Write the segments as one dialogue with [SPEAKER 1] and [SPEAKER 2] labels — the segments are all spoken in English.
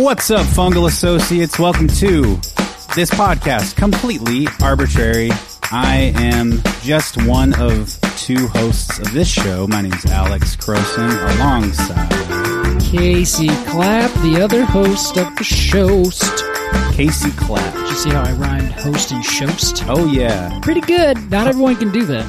[SPEAKER 1] What's up, Fungal Associates? Welcome to this podcast, completely arbitrary. I am just one of two hosts of this show. My name's Alex Croson, alongside
[SPEAKER 2] Casey Clapp, the other host of the showst.
[SPEAKER 1] Casey Clapp.
[SPEAKER 2] Did you see how I rhymed host and showst?
[SPEAKER 1] Oh, yeah.
[SPEAKER 2] Pretty good. Not everyone can do that.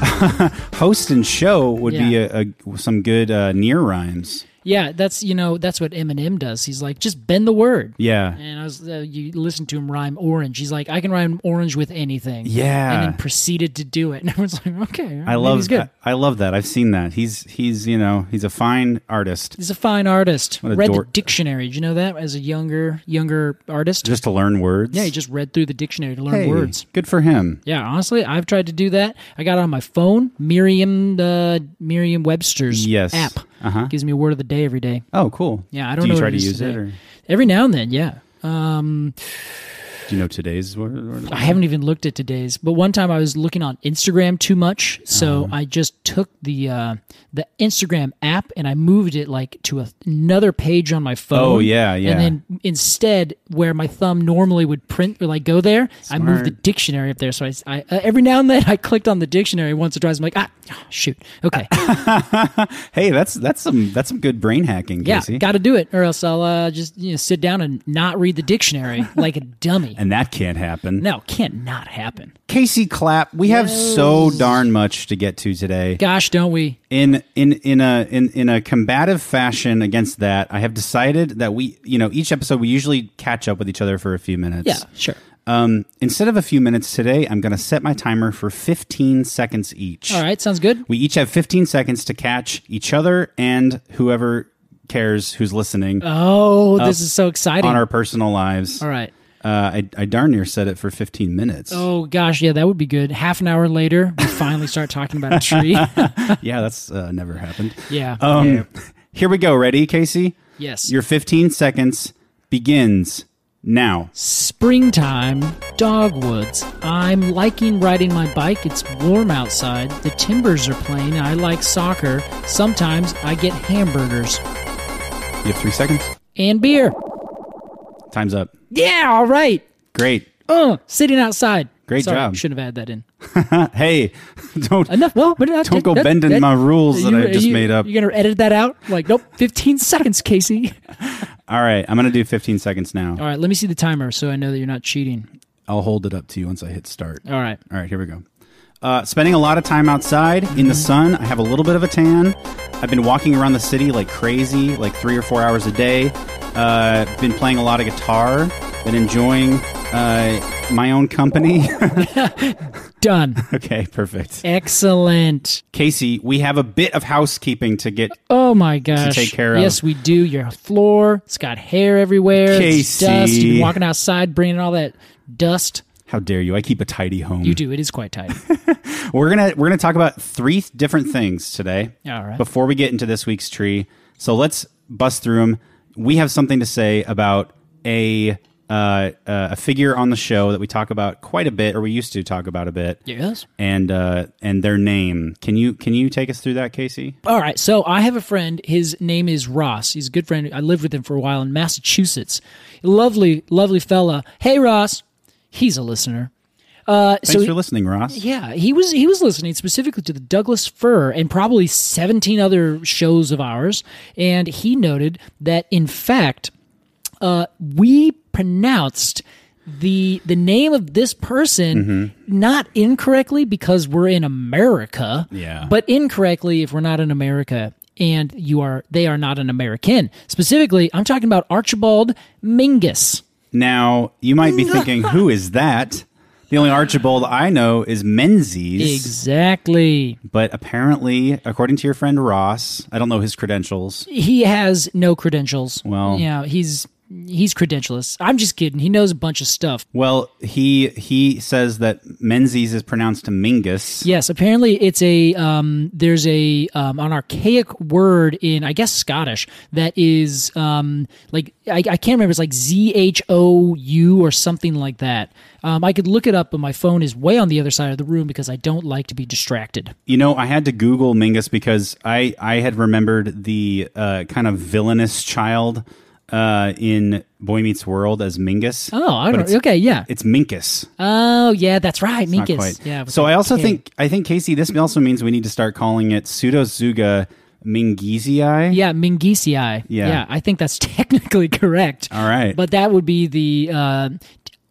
[SPEAKER 1] Host and show would be a, a, some good uh, near rhymes.
[SPEAKER 2] yeah, that's you know that's what Eminem does. He's like just bend the word.
[SPEAKER 1] Yeah.
[SPEAKER 2] And I was uh, you listen to him rhyme orange. He's like I can rhyme orange with anything. And
[SPEAKER 1] Yeah.
[SPEAKER 2] then proceeded to do it. And everyone's like, okay,
[SPEAKER 1] I love,
[SPEAKER 2] he's good.
[SPEAKER 1] I, I love that. I've seen that. He's, he's, you know, he's a fine artist.
[SPEAKER 2] He's a fine artist.
[SPEAKER 1] a
[SPEAKER 2] Read the
[SPEAKER 1] dork.
[SPEAKER 2] dictionary. Did you know that as a younger younger artist?
[SPEAKER 1] Just to learn words.
[SPEAKER 2] yeah, he just read through the dictionary to learn
[SPEAKER 1] Hey,
[SPEAKER 2] words.
[SPEAKER 1] Good for him.
[SPEAKER 2] Yeah, honestly, I've tried to do that. I got it on my phone, Merriam uh, Merriam Webster's
[SPEAKER 1] Yes.
[SPEAKER 2] app.
[SPEAKER 1] Uh-huh.
[SPEAKER 2] Gives me a word of the day every day.
[SPEAKER 1] Oh, cool.
[SPEAKER 2] Yeah, I don't
[SPEAKER 1] do you
[SPEAKER 2] know
[SPEAKER 1] try
[SPEAKER 2] what
[SPEAKER 1] to
[SPEAKER 2] it is
[SPEAKER 1] use
[SPEAKER 2] today.
[SPEAKER 1] it, or
[SPEAKER 2] Every now and then, yeah. Um,
[SPEAKER 1] do you know today's word? word?
[SPEAKER 2] I haven't even looked at today's, but one time I was looking on Instagram too much, so
[SPEAKER 1] Uh-huh.
[SPEAKER 2] I just took the uh, the Instagram app and I moved it like to a, another page on my phone.
[SPEAKER 1] Oh, yeah, yeah.
[SPEAKER 2] And then instead, where my thumb normally would print or like go there, I moved the
[SPEAKER 1] Smart.
[SPEAKER 2] dictionary up there. So I, s- I- uh, every now and then I clicked on the dictionary once or twice. I'm like, ah, shoot, okay,
[SPEAKER 1] Hey, that's that's some that's some good brain hacking,
[SPEAKER 2] yeah,
[SPEAKER 1] Casey.
[SPEAKER 2] got to do it, or else I'll uh, just you know, sit down and not read the dictionary like a dummy.
[SPEAKER 1] and that can't happen.
[SPEAKER 2] No, can't not happen.
[SPEAKER 1] Casey Clapp, we have so darn much to get to today.
[SPEAKER 2] Gosh, don't we?
[SPEAKER 1] In in in a in in a combative fashion against that, I have decided that we, you know, each episode we usually catch up with each other for a few minutes.
[SPEAKER 2] Yeah, sure.
[SPEAKER 1] Um, instead of a few minutes today, I'm going to set my timer for 15 seconds each.
[SPEAKER 2] All right, sounds good.
[SPEAKER 1] We each have 15 seconds to catch each other and whoever cares who's listening
[SPEAKER 2] Oh, this is so exciting.
[SPEAKER 1] on our personal lives.
[SPEAKER 2] All right.
[SPEAKER 1] Uh, I, I darn near said it for 15 minutes.
[SPEAKER 2] Oh gosh, yeah, that would be good. Half an hour later, we finally start talking about a tree.
[SPEAKER 1] Yeah, that's uh, never happened.
[SPEAKER 2] yeah.
[SPEAKER 1] Um,
[SPEAKER 2] yeah.
[SPEAKER 1] Here we go. Ready, Casey?
[SPEAKER 2] Yes.
[SPEAKER 1] Your 15 seconds begins now.
[SPEAKER 2] Springtime, dogwoods. I'm liking riding my bike. It's warm outside. The timbers are playing. I like soccer. Sometimes I get hamburgers
[SPEAKER 1] You have three seconds.
[SPEAKER 2] and beer.
[SPEAKER 1] Time's up.
[SPEAKER 2] Yeah, all right.
[SPEAKER 1] Great.
[SPEAKER 2] Uh, sitting outside.
[SPEAKER 1] Great
[SPEAKER 2] Sorry,
[SPEAKER 1] job.
[SPEAKER 2] Shouldn't have had that in.
[SPEAKER 1] Hey, don't
[SPEAKER 2] Enough. Well, but that,
[SPEAKER 1] Don't go
[SPEAKER 2] that-
[SPEAKER 1] bending
[SPEAKER 2] that-
[SPEAKER 1] my rules that
[SPEAKER 2] you-
[SPEAKER 1] I just
[SPEAKER 2] you-
[SPEAKER 1] made up.
[SPEAKER 2] You're gonna edit that out? Like, nope. 15 seconds, Casey.
[SPEAKER 1] All right, I'm gonna do 15 seconds now.
[SPEAKER 2] All right, let me see the timer so I know that you're not cheating.
[SPEAKER 1] I'll hold it up to you once I hit start.
[SPEAKER 2] All right.
[SPEAKER 1] All right, here we go. Uh, spending a lot of time outside in the sun. I have a little bit of a tan. I've been walking around the city like crazy, like three or four hours a day. Uh, been playing a lot of guitar. Been enjoying uh, my own company.
[SPEAKER 2] Done.
[SPEAKER 1] okay, perfect.
[SPEAKER 2] Excellent.
[SPEAKER 1] Casey, we have a bit of housekeeping to get.
[SPEAKER 2] Oh my gosh.
[SPEAKER 1] take care of.
[SPEAKER 2] Yes, we do. Your floor, it's got hair everywhere. It's
[SPEAKER 1] Casey.
[SPEAKER 2] dust. You've been walking outside bringing all that dust.
[SPEAKER 1] How dare you? I keep a tidy home.
[SPEAKER 2] You do. It is quite tight.
[SPEAKER 1] We're gonna we're gonna talk about three different things today.
[SPEAKER 2] All right.
[SPEAKER 1] Before we get into this week's tree, so let's bust through them. We have something to say about a uh, uh, a figure on the show that we talk about quite a bit, or we used to talk about a bit.
[SPEAKER 2] yes.
[SPEAKER 1] And uh, and their name. Can you can you take us through that, Casey?
[SPEAKER 2] All right. So I have a friend. His name is Ross. He's a good friend. I lived with him for a while in Massachusetts. Lovely, lovely fella. Hey, Ross. He's a listener. Uh, so
[SPEAKER 1] Thanks
[SPEAKER 2] he-
[SPEAKER 1] for listening, Ross.
[SPEAKER 2] yeah, he was he was listening specifically to the Douglas Fir and probably 17 other shows of ours, and he noted that in fact, uh, we pronounced the the name of this person not incorrectly because we're in America,
[SPEAKER 1] Yeah.
[SPEAKER 2] but incorrectly if we're not in America and you are they are not an American. Specifically, I'm talking about Archibald Mingus.
[SPEAKER 1] Now, you might be thinking, who is that? The only Archibald I know is Menzies.
[SPEAKER 2] Exactly.
[SPEAKER 1] but apparently, according to your friend Ross, I don't know his credentials.
[SPEAKER 2] he has no credentials.
[SPEAKER 1] Well-
[SPEAKER 2] yeah, he's he's credentialless. I'm just kidding. He knows a bunch of stuff.
[SPEAKER 1] Well, he he says that Menzies is pronounced Mingus.
[SPEAKER 2] Yes, apparently it's a um, there's a um, an archaic word in I guess Scottish that is um, like I, I can't remember. It's like Z H O U or something like that. Um, I could look it up, but my phone is way on the other side of the room because I don't like to be distracted.
[SPEAKER 1] You know, I had to Google Mingus because I I had remembered the uh, kind of villainous child uh, in Boy Meets World as Mingus.
[SPEAKER 2] Oh, I
[SPEAKER 1] But
[SPEAKER 2] don't.
[SPEAKER 1] it's-
[SPEAKER 2] Okay, yeah.
[SPEAKER 1] It's Minkus.
[SPEAKER 2] Oh, yeah, that's right.
[SPEAKER 1] Not
[SPEAKER 2] Minkus.
[SPEAKER 1] quite.
[SPEAKER 2] Yeah.
[SPEAKER 1] So I also think I think Casey. This also means we need to start calling it Pseudozuga Mingizii.
[SPEAKER 2] Yeah, Mingisi. Yeah.
[SPEAKER 1] Yeah.
[SPEAKER 2] I think that's technically correct.
[SPEAKER 1] All right.
[SPEAKER 2] But that would be the. Uh,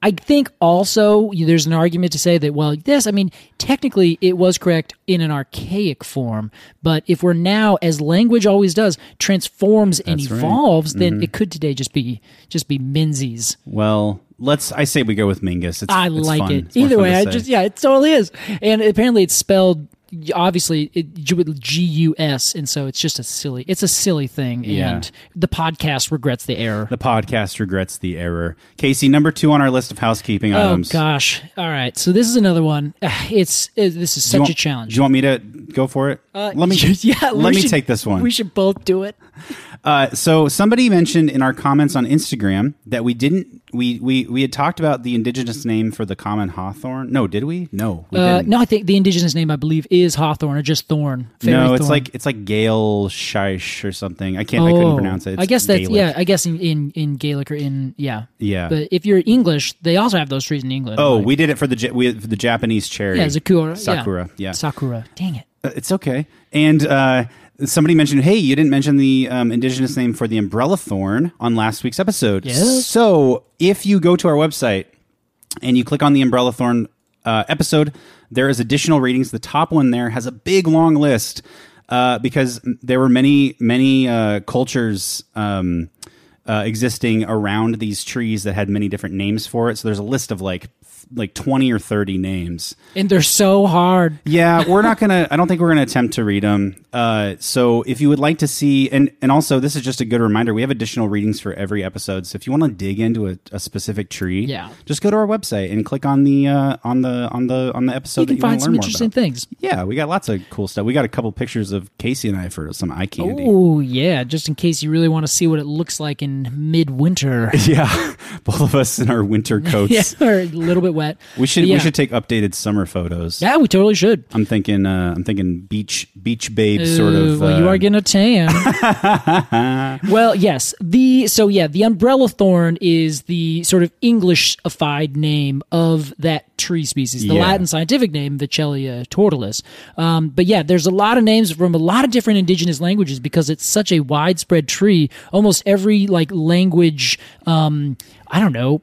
[SPEAKER 2] I think also you- there's an argument to say that, well, this, I mean, technically it was correct in an archaic form, but if we're now, as language always does, transforms and evolves, then
[SPEAKER 1] Mm-hmm.
[SPEAKER 2] it could today just be just be Menzies.
[SPEAKER 1] Well, let's. I say we go with Mingus. It's,
[SPEAKER 2] I
[SPEAKER 1] it's
[SPEAKER 2] like
[SPEAKER 1] fun.
[SPEAKER 2] it.
[SPEAKER 1] It's more
[SPEAKER 2] Either
[SPEAKER 1] fun
[SPEAKER 2] way,
[SPEAKER 1] to
[SPEAKER 2] I
[SPEAKER 1] say.
[SPEAKER 2] just yeah, it totally is. And apparently, it's spelled obviously it, G U S, and so it's just a silly. It's a silly thing,
[SPEAKER 1] Yeah.
[SPEAKER 2] and the podcast regrets the error.
[SPEAKER 1] The podcast regrets the error. Casey, number two on our list of housekeeping
[SPEAKER 2] oh
[SPEAKER 1] items.
[SPEAKER 2] gosh! All right, so this is another one. Ah, It's it, this is
[SPEAKER 1] Do
[SPEAKER 2] such
[SPEAKER 1] you want-
[SPEAKER 2] a challenge.
[SPEAKER 1] Do you want me to go for it? Uh, let me.
[SPEAKER 2] yeah, we
[SPEAKER 1] let me
[SPEAKER 2] should-
[SPEAKER 1] take this one.
[SPEAKER 2] We should both do it.
[SPEAKER 1] Uh, so somebody mentioned in our comments on Instagram that we didn't. We we we had talked about the indigenous name for the common hawthorn. No, did we? No, we
[SPEAKER 2] Uh,
[SPEAKER 1] didn't.
[SPEAKER 2] no, I think the indigenous name I believe is Hawthorne or just Thorn. Fairy
[SPEAKER 1] No, it's
[SPEAKER 2] thorn.
[SPEAKER 1] like it's like Gale Shish or something. I can't. I couldn't
[SPEAKER 2] Oh.
[SPEAKER 1] pronounce it. It's
[SPEAKER 2] I guess that's
[SPEAKER 1] Gaelic.
[SPEAKER 2] yeah. I guess in, in in Gaelic or in yeah
[SPEAKER 1] Yeah.
[SPEAKER 2] But if you're English, they also have those trees in England.
[SPEAKER 1] Oh,
[SPEAKER 2] right?
[SPEAKER 1] we did it for the Ja- we, for the Japanese cherry.
[SPEAKER 2] Yeah, Zakura. yeah.
[SPEAKER 1] Sakura. Yeah.
[SPEAKER 2] Sakura. Dang it.
[SPEAKER 1] Uh, It's okay. And uh, somebody mentioned, hey, you didn't mention the um, indigenous name for the umbrella thorn on last week's episode.
[SPEAKER 2] Yes.
[SPEAKER 1] So if you go to our website and you click on the umbrella thorn uh, episode, there is additional ratings. The top one there has a big long list uh, because there were many, many uh, cultures. Um, uh, existing around these trees that had many different names for it, so there's a list of like, f- like twenty or thirty names.
[SPEAKER 2] And they're so hard.
[SPEAKER 1] Yeah, we're not gonna. I don't think we're gonna attempt to read them. Uh, so if you would like to see, and and also this is just a good reminder, we have additional readings for every episode. So if you want to dig into a, a specific tree,
[SPEAKER 2] Yeah.
[SPEAKER 1] just go to our website and click on the uh, on the on the on the episode.
[SPEAKER 2] you
[SPEAKER 1] that
[SPEAKER 2] can find
[SPEAKER 1] wanna
[SPEAKER 2] some
[SPEAKER 1] learn more
[SPEAKER 2] interesting
[SPEAKER 1] about.
[SPEAKER 2] things.
[SPEAKER 1] Yeah, we got lots of cool stuff. We got a couple pictures of Casey and I for some eye candy.
[SPEAKER 2] Oh, yeah. Just in case you really want to see what it looks like in midwinter.
[SPEAKER 1] Yeah, both of us in our winter coats.
[SPEAKER 2] yeah. Or a little bit wet.
[SPEAKER 1] We should
[SPEAKER 2] But yeah.
[SPEAKER 1] we should take updated summer photos.
[SPEAKER 2] Yeah, we totally should.
[SPEAKER 1] I'm thinking uh, I'm thinking beach beach babe sort
[SPEAKER 2] Ooh,
[SPEAKER 1] of.
[SPEAKER 2] Well, you
[SPEAKER 1] uh,
[SPEAKER 2] are getting a tan. well, yes. The so yeah, the umbrella thorn is the sort of Englishified name of that tree species. The
[SPEAKER 1] Yeah.
[SPEAKER 2] Latin scientific name, Vicellia tortilis. Um, but yeah, there's a lot of names from a lot of different indigenous languages because it's such a widespread tree. Almost every like language, um, I don't know.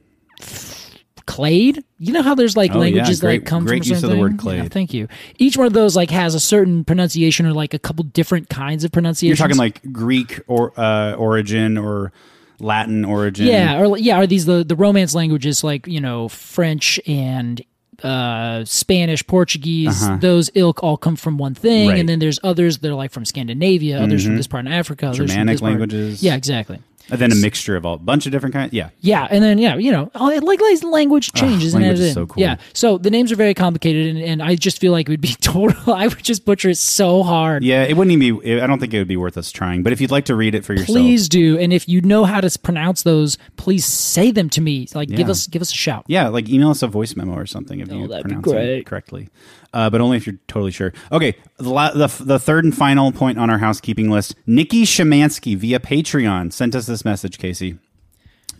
[SPEAKER 2] Clade, you know how there's like
[SPEAKER 1] Oh, yeah,
[SPEAKER 2] languages that
[SPEAKER 1] great-
[SPEAKER 2] like, come
[SPEAKER 1] great
[SPEAKER 2] from
[SPEAKER 1] use of the
[SPEAKER 2] something?
[SPEAKER 1] word
[SPEAKER 2] Yeah,
[SPEAKER 1] clade.
[SPEAKER 2] Thank you. Each one of those like has a certain pronunciation or like a couple different kinds of
[SPEAKER 1] You're
[SPEAKER 2] pronunciations.
[SPEAKER 1] talking like Greek or uh, origin or Latin origin.
[SPEAKER 2] yeah, or yeah, are these the the Romance languages like you know French and uh Spanish, Portuguese? Those ilk all come from one
[SPEAKER 1] Uh-huh.
[SPEAKER 2] thing,
[SPEAKER 1] Right. Mm-hmm.
[SPEAKER 2] and then there's others that are like from Scandinavia, others from this part of Africa, others from
[SPEAKER 1] Germanic
[SPEAKER 2] this part-
[SPEAKER 1] languages.
[SPEAKER 2] Yeah, exactly.
[SPEAKER 1] And then a mixture of all bunch of different kinds. Yeah.
[SPEAKER 2] Yeah, and then yeah, you know, all- it- like like, language changes and
[SPEAKER 1] language is
[SPEAKER 2] everything.
[SPEAKER 1] so cool.
[SPEAKER 2] Yeah, so the names are very complicated, and, and I just feel like it would be total. I would just butcher it so hard.
[SPEAKER 1] Yeah, it wouldn't even be, I don't think it would be worth us trying, but if you'd like to read it for yourself.
[SPEAKER 2] please do and if you know how to s- pronounce those please say them to me like give
[SPEAKER 1] Yeah.
[SPEAKER 2] us give us a shout
[SPEAKER 1] Yeah, like email us a voice memo or something if you
[SPEAKER 2] Oh, that'd be
[SPEAKER 1] pronounce
[SPEAKER 2] great.
[SPEAKER 1] it correctly. Uh, but only if you're totally sure. Okay, the, la- the, f- the third and final point on our housekeeping list Nikki Shemansky via Patreon sent us this message, Casey.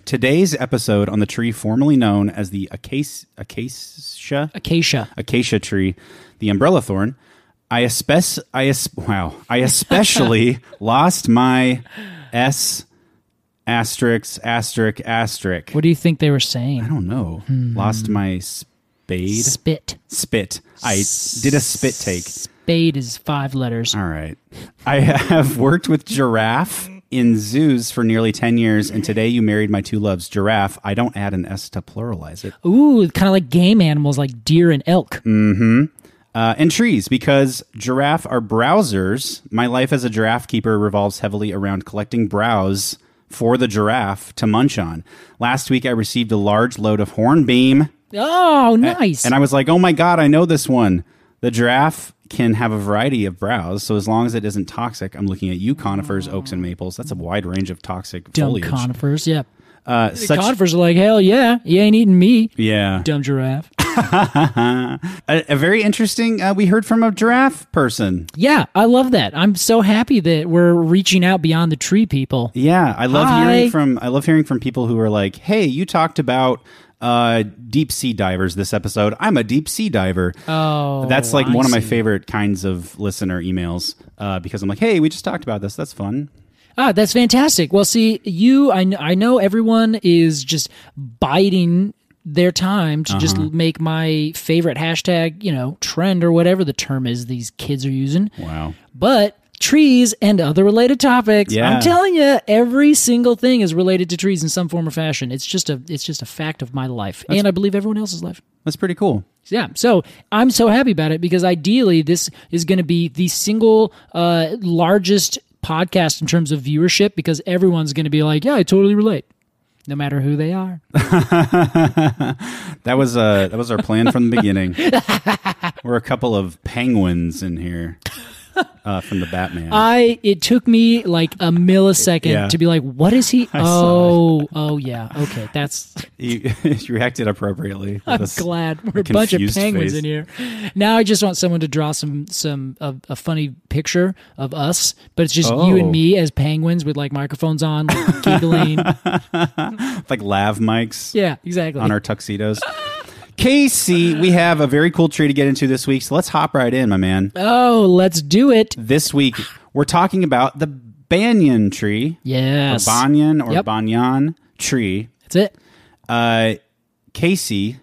[SPEAKER 1] Today's episode on the tree formerly known as the acacia, acacia,
[SPEAKER 2] Acacia.
[SPEAKER 1] acacia tree, the umbrella thorn. I espec- I es- wow, I especially lost my S asterisk asterisk asterisk.
[SPEAKER 2] What do you think they were saying?
[SPEAKER 1] I don't know. Lost my spade
[SPEAKER 2] Spit.
[SPEAKER 1] spit. I did a spit take.
[SPEAKER 2] Spade is five letters.
[SPEAKER 1] All right. I have worked with giraffe in zoos for nearly 10 years, and today you married my two loves. Giraffe, I don't add an S to pluralize it.
[SPEAKER 2] Ooh, kind of like game animals like deer and elk.
[SPEAKER 1] Mm. Uh, and trees, because giraffe are browsers. My life as a giraffe keeper revolves heavily around collecting browse for the giraffe to munch on. Last week, I received a large load of hornbeam.
[SPEAKER 2] Oh, nice.
[SPEAKER 1] And I was like, oh my God, I know this one. The giraffe can have a variety of browse, so as long as it isn't toxic, I'm looking at you conifers, oaks, and maples. That's a wide range of toxic
[SPEAKER 2] Dumb
[SPEAKER 1] foliage.
[SPEAKER 2] conifers. Yeah.
[SPEAKER 1] uh, such,
[SPEAKER 2] conifers are like, hell yeah, you ain't eating me.
[SPEAKER 1] yeah.
[SPEAKER 2] Dumb giraffe.
[SPEAKER 1] A, a very interesting, uh, we heard from a giraffe person.
[SPEAKER 2] Yeah, I love that. I'm so happy that we're reaching out beyond the tree people.
[SPEAKER 1] Yeah, I love
[SPEAKER 2] Hi.
[SPEAKER 1] hearing from I love hearing from people who are like, "Hey, you talked about uh, deep sea divers this episode. I'm a deep sea diver." Oh, that's like one of my favorite kinds of listener emails uh, because I'm like, "Hey, we just talked about this. That's fun."
[SPEAKER 2] Ah, that's fantastic. Well, see, you, I, kn- I know everyone is just biding their time to just make my favorite hashtag, you know, trend or whatever the term is these kids are using.
[SPEAKER 1] Wow.
[SPEAKER 2] But trees and other related topics.
[SPEAKER 1] Yeah.
[SPEAKER 2] I'm telling you, every single thing is related to trees in some form or fashion. It's just a, it's just a fact of my life, and I believe everyone else's life.
[SPEAKER 1] That's pretty cool.
[SPEAKER 2] Yeah, so I'm so happy about it because ideally this is going to be the single uh, largest podcast in terms of viewership because everyone's going to be like, yeah, I totally relate, no matter who they are.
[SPEAKER 1] That was uh that was our plan from the beginning. We're a couple of penguins in here uh, from the Batman.
[SPEAKER 2] I it took me like a millisecond
[SPEAKER 1] Yeah.
[SPEAKER 2] to be like, what is he? Oh, oh yeah, okay, that's.
[SPEAKER 1] you, you reacted appropriately.
[SPEAKER 2] I'm glad we're a bunch of penguins in here. Now I just want someone to draw some some a, a funny picture of us, but it's just you
[SPEAKER 1] Oh.
[SPEAKER 2] and me as penguins with like microphones on, like, giggling.
[SPEAKER 1] Like lav mics.
[SPEAKER 2] yeah, exactly.
[SPEAKER 1] on our tuxedos. Casey, we have a very cool tree to get into this week, so let's hop right in, my man.
[SPEAKER 2] Oh, let's do it.
[SPEAKER 1] This week, we're talking about the banyan tree,
[SPEAKER 2] Yes.
[SPEAKER 1] or banyan or
[SPEAKER 2] Yep.
[SPEAKER 1] banyan tree.
[SPEAKER 2] That's it.
[SPEAKER 1] Uh, Casey,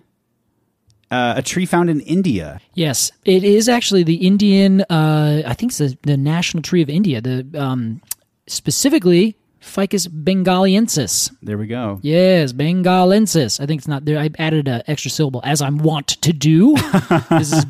[SPEAKER 1] uh, a tree found in India.
[SPEAKER 2] Yes. It is actually the Indian, uh, I think it's the, the national tree of India, the um, specifically Ficus bengaliensis.
[SPEAKER 1] There we go.
[SPEAKER 2] Yes, bengalensis. I think it's not there. I added an extra syllable, as I'm wont to do. this is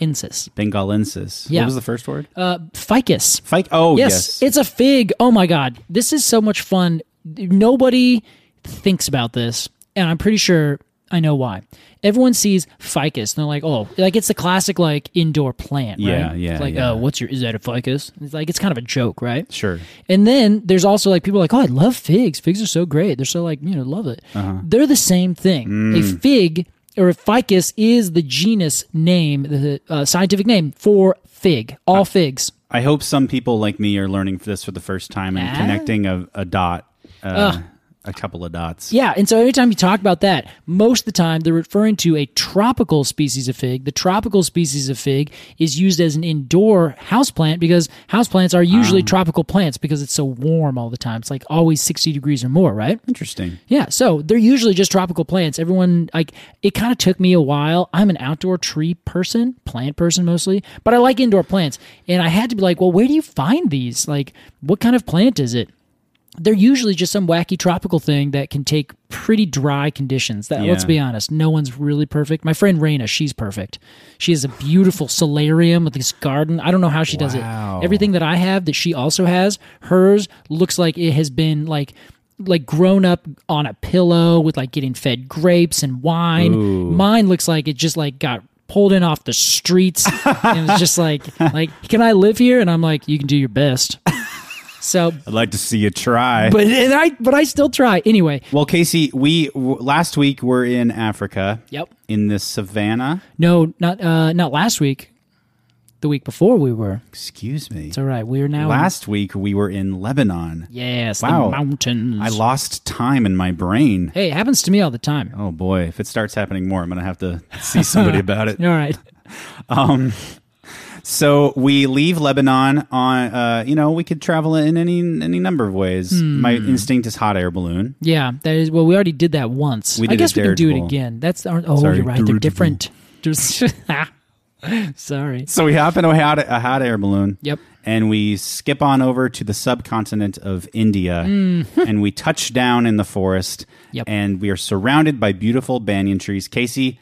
[SPEAKER 2] bengalensis.
[SPEAKER 1] Bengalensis.
[SPEAKER 2] Yeah.
[SPEAKER 1] What was the first word?
[SPEAKER 2] Ficus.
[SPEAKER 1] Fike. Oh, yes.
[SPEAKER 2] Yes, it's a fig. Oh my god, this is so much fun. Nobody thinks about this, and I'm pretty sure I know why. Everyone sees ficus, and they're like, "Oh, like it's the classic like indoor plant."
[SPEAKER 1] Yeah,
[SPEAKER 2] right?
[SPEAKER 1] yeah,
[SPEAKER 2] It's like,
[SPEAKER 1] yeah.
[SPEAKER 2] oh, what's your? Is that a ficus? It's like it's kind of a joke, right?
[SPEAKER 1] sure.
[SPEAKER 2] And then there's also like people are like, oh, I love figs. Figs are so great. They're so like, you know, love it.
[SPEAKER 1] Uh-huh.
[SPEAKER 2] They're the same thing. A
[SPEAKER 1] Mm.
[SPEAKER 2] fig or a ficus is the genus name, the uh, scientific name for fig.
[SPEAKER 1] Uh,
[SPEAKER 2] All figs.
[SPEAKER 1] I hope some people like me are learning this for the first time and connecting a, a dot, uh, a couple of dots.
[SPEAKER 2] Yeah, and so every time you talk about that, most of the time they're referring to a tropical species of fig. The tropical species of fig is used as an indoor houseplant because houseplants are usually tropical plants because it's so warm all the time. It's like always 60 degrees or more, right?
[SPEAKER 1] Interesting.
[SPEAKER 2] Yeah, so they're usually just tropical plants. Everyone like it kind of took me a while. I'm an outdoor tree person, plant person mostly, but I like indoor plants. And I had to be like, well, where do you find these? Like, what kind of plant is it? They're usually just some wacky tropical thing that can take pretty dry conditions. That let's
[SPEAKER 1] Yeah.
[SPEAKER 2] be honest, no one's really perfect. My friend Raina, she's perfect. She has a beautiful solarium with this garden. I don't know how she does
[SPEAKER 1] Wow.
[SPEAKER 2] it. Everything that I have that she also has, hers looks like it has been like like grown up on a pillow with like getting fed grapes and wine. Mine looks like it just like got pulled in off the streets and it's just like like can I live here? And I'm like, you can do your best. So
[SPEAKER 1] I'd like to see you try.
[SPEAKER 2] but and I but I still try. Anyway.
[SPEAKER 1] Well, Casey, we w- last week were in Africa.
[SPEAKER 2] Yep.
[SPEAKER 1] In the savannah.
[SPEAKER 2] No, not uh not last week. The week before we were.
[SPEAKER 1] Excuse me.
[SPEAKER 2] It's all right. We are now. in-
[SPEAKER 1] Last week we were in Lebanon.
[SPEAKER 2] yes,
[SPEAKER 1] Wow.
[SPEAKER 2] the mountains.
[SPEAKER 1] I lost time in my brain.
[SPEAKER 2] hey, it happens to me all the time.
[SPEAKER 1] Oh boy, if it starts happening more, I'm going to have to see somebody about it. Um,
[SPEAKER 2] All right.
[SPEAKER 1] So we leave Lebanon on, uh, you know, we could travel in any any number of ways.
[SPEAKER 2] Hmm.
[SPEAKER 1] My instinct is hot air balloon.
[SPEAKER 2] Yeah, that is. Well, we already did that once.
[SPEAKER 1] We
[SPEAKER 2] I
[SPEAKER 1] did a
[SPEAKER 2] guess we can do it
[SPEAKER 1] dirigible.
[SPEAKER 2] again. That's. the- Oh,
[SPEAKER 1] Sorry,
[SPEAKER 2] you're right. They're
[SPEAKER 1] dirigible.
[SPEAKER 2] different. Just. Sorry.
[SPEAKER 1] So we hop into a hot, a hot air balloon.
[SPEAKER 2] Yep.
[SPEAKER 1] And we skip on over to the subcontinent of India, and we touch down in the forest.
[SPEAKER 2] Mm. Yep.
[SPEAKER 1] And we are surrounded by beautiful banyan trees. Casey,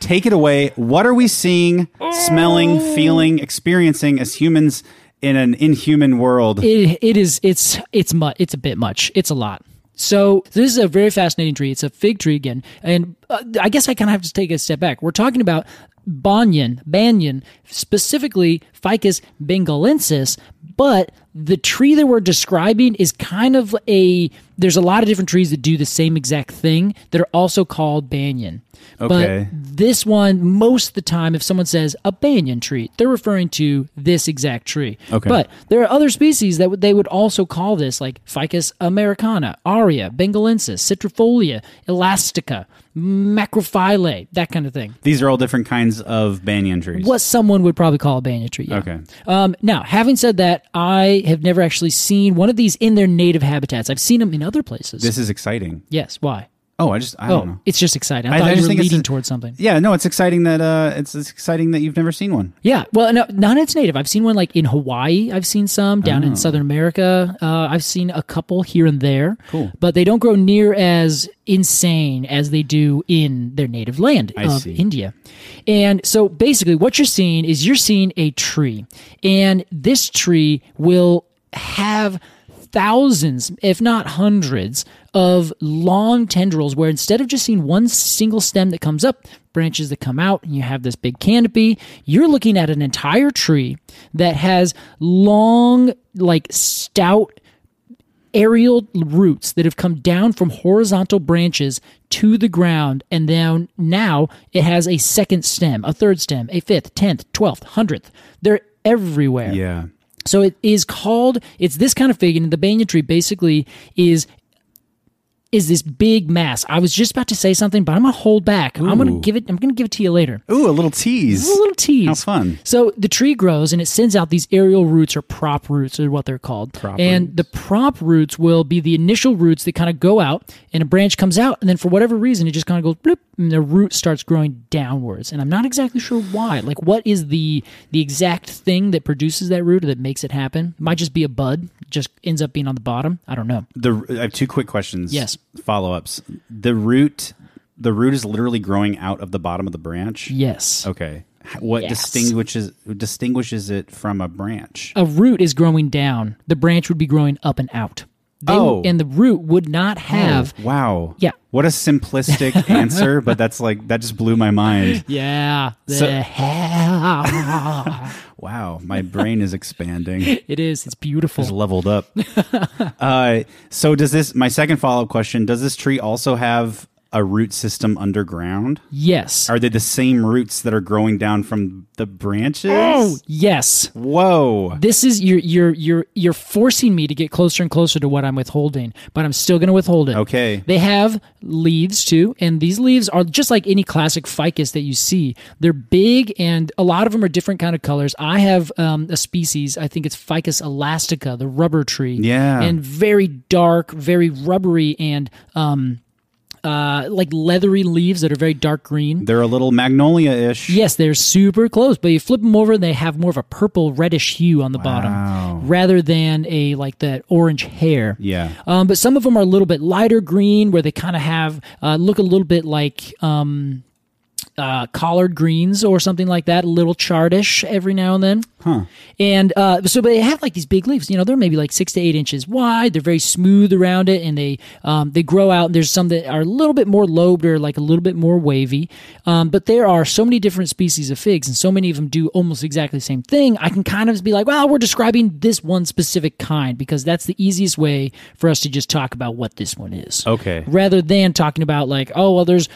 [SPEAKER 1] take it away. What are we seeing, smelling,
[SPEAKER 2] Oh.
[SPEAKER 1] feeling, experiencing as humans in an inhuman world?
[SPEAKER 2] It, it is it's it's mu- it's a bit much. It's a lot. So this is a very fascinating tree. It's a fig tree again, and uh, I guess I kind of have to take a step back. We're talking about banyan, banyan, specifically Ficus bengalensis, but the tree that we're describing is kind of a. There's a lot of different trees that do the same exact thing that are also called banyan.
[SPEAKER 1] Okay.
[SPEAKER 2] But this one, most of the time, if someone says a banyan tree, they're referring to this exact tree.
[SPEAKER 1] Okay.
[SPEAKER 2] But there are other species that would- they would also call this, like Ficus americana, aria, bengalensis, citrifolia, elastica, macrophyllae, that kind of thing.
[SPEAKER 1] These are all different kinds of banyan trees.
[SPEAKER 2] What someone would probably call a banyan tree. yeah.
[SPEAKER 1] Okay.
[SPEAKER 2] Um, now, having said that, I have never actually seen one of these in their native habitats. I've seen them in other places.
[SPEAKER 1] This is exciting.
[SPEAKER 2] yes. Why?
[SPEAKER 1] Oh, I just I don't
[SPEAKER 2] Oh,
[SPEAKER 1] know.
[SPEAKER 2] it's just exciting. I, thought you
[SPEAKER 1] just
[SPEAKER 2] were
[SPEAKER 1] think it's
[SPEAKER 2] leading
[SPEAKER 1] a-
[SPEAKER 2] towards something.
[SPEAKER 1] Yeah, no, it's exciting that uh it's, it's exciting that you've never seen one.
[SPEAKER 2] Yeah, well, no, not its native. I've seen one like in Hawaii. I've seen some down in Southern America. Uh, I've seen a couple here and there. Cool, but they don't grow near as insane as they do in their native land of
[SPEAKER 1] see.
[SPEAKER 2] India. And so, basically, what you're seeing is you're seeing a tree, and this tree will have thousands, if not hundreds, of long tendrils where instead of just seeing one single stem that comes up, branches that come out, and you have this big canopy, you're looking at an entire tree that has long, like stout aerial roots that have come down from horizontal branches to the ground and then now it has a second stem a third stem a fifth tenth twelfth hundredth they're everywhere
[SPEAKER 1] Yeah.
[SPEAKER 2] so it is called. It's this kind of fig, and the banyan tree basically is is this big mass. I was just about to say something, but I'm gonna hold back. I'm gonna give it. I'm gonna give it to you later.
[SPEAKER 1] Ooh, a little tease.
[SPEAKER 2] A little tease.
[SPEAKER 1] How fun.
[SPEAKER 2] So the tree grows and it sends out these aerial roots or prop roots or what they're called. and the prop roots will be the initial roots that kind of go out and a branch comes out and then for whatever reason it just kind of goes bloop and the root starts growing downwards. And I'm not exactly sure why. Like what is the the exact thing that produces that root or that makes it happen? Might just be a bud, just ends up being on the bottom. I don't know.
[SPEAKER 1] The I have two quick questions.
[SPEAKER 2] Yes.
[SPEAKER 1] Follow-ups. The root the root is literally growing out of the bottom of the branch.
[SPEAKER 2] Yes.
[SPEAKER 1] Okay. H- What
[SPEAKER 2] Yes.
[SPEAKER 1] distinguishes distinguishes it from a branch?
[SPEAKER 2] a root is growing down. The branch would be growing up and out. They,
[SPEAKER 1] Oh.
[SPEAKER 2] And the root would not have
[SPEAKER 1] Oh, wow.
[SPEAKER 2] Yeah.
[SPEAKER 1] What a simplistic answer, but that's like that just blew my mind.
[SPEAKER 2] Yeah.
[SPEAKER 1] So-
[SPEAKER 2] The hell.
[SPEAKER 1] Wow, my brain is expanding.
[SPEAKER 2] it is. It's
[SPEAKER 1] is
[SPEAKER 2] beautiful.
[SPEAKER 1] leveled up. uh, so does this? My second follow up question: Does this tree also have a root system underground?
[SPEAKER 2] Yes.
[SPEAKER 1] Are they the same roots that are growing down from the branches?
[SPEAKER 2] Oh, yes.
[SPEAKER 1] Whoa!
[SPEAKER 2] This is you're you're you're you're forcing me to get closer and closer to what I'm withholding, but I'm still going to withhold it.
[SPEAKER 1] Okay.
[SPEAKER 2] They have leaves too, and these leaves are just like any classic ficus that you see. They're big, and a lot of them are different kind of colors. I have um, a species, I think it's Ficus elastica, the rubber tree.
[SPEAKER 1] Yeah.
[SPEAKER 2] and very dark, very rubbery, and um, uh, like leathery leaves that are very dark green.
[SPEAKER 1] They're a little magnolia-ish.
[SPEAKER 2] Yes, they're super close, but you flip them over and they have more of a purple reddish hue on the bottom rather than a like that orange hair.
[SPEAKER 1] Yeah.
[SPEAKER 2] Um, but some of them are a little bit lighter green where they kind of have uh, look a little bit like um, uh, collard greens or something like that, a little chardish every now and then. Huh. And uh, so, but they have like these big leaves. You know, they're maybe like six to eight inches wide. They're very smooth around it, and they um, they grow out. There's some that are a little bit more lobed or like a little bit more wavy. Um, but there are so many different species of figs, and so many of them do almost exactly the same thing. I can kind of be like, well, we're describing this one specific kind because that's the easiest way for us to just talk about what this one is
[SPEAKER 1] Okay.
[SPEAKER 2] rather than talking about like oh well there's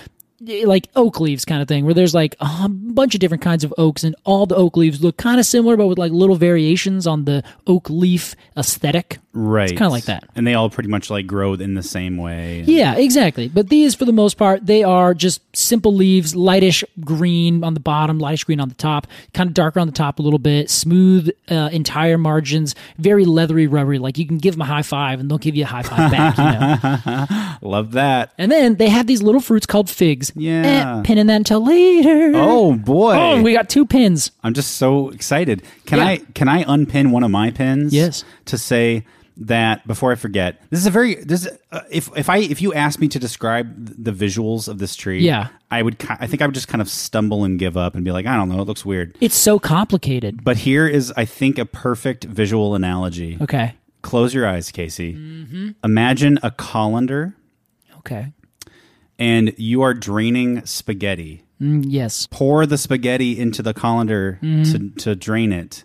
[SPEAKER 2] like oak leaves kind of thing where there's like a bunch of different kinds of oaks and all the oak leaves look kind of similar but with like little variations on the oak leaf aesthetic
[SPEAKER 1] Right.
[SPEAKER 2] kinda like that.
[SPEAKER 1] And they all pretty much like grow in the same way.
[SPEAKER 2] yeah exactly but these for the most part they are just simple leaves lightish green on the bottom lightish green on the top kind of darker on the top a little bit smooth uh, entire margins very leathery rubbery like you can give them a high five and they'll give you a high five back you know
[SPEAKER 1] Love that.
[SPEAKER 2] and then they have these little fruits called figs
[SPEAKER 1] Yeah.
[SPEAKER 2] eh, pinning that until later
[SPEAKER 1] Oh boy.
[SPEAKER 2] Oh, we got two pins
[SPEAKER 1] I'm just so excited. Can
[SPEAKER 2] Yeah.
[SPEAKER 1] I can I unpin one of my pins?
[SPEAKER 2] Yes.
[SPEAKER 1] To say that before I forget, this is a very this is, uh, if if I if you asked me to describe the visuals of this tree,
[SPEAKER 2] Yeah.
[SPEAKER 1] I would ki- I think I would just kind of stumble and give up and be like, I don't know, it looks weird.
[SPEAKER 2] It's so complicated.
[SPEAKER 1] But here is I think a perfect visual analogy.
[SPEAKER 2] Okay.
[SPEAKER 1] Close your eyes, Casey.
[SPEAKER 2] Mm-hmm.
[SPEAKER 1] Imagine a colander
[SPEAKER 2] Okay.
[SPEAKER 1] and you are draining spaghetti.
[SPEAKER 2] Mm, yes.
[SPEAKER 1] pour the spaghetti into the colander
[SPEAKER 2] Mm-hmm.
[SPEAKER 1] to, to drain it.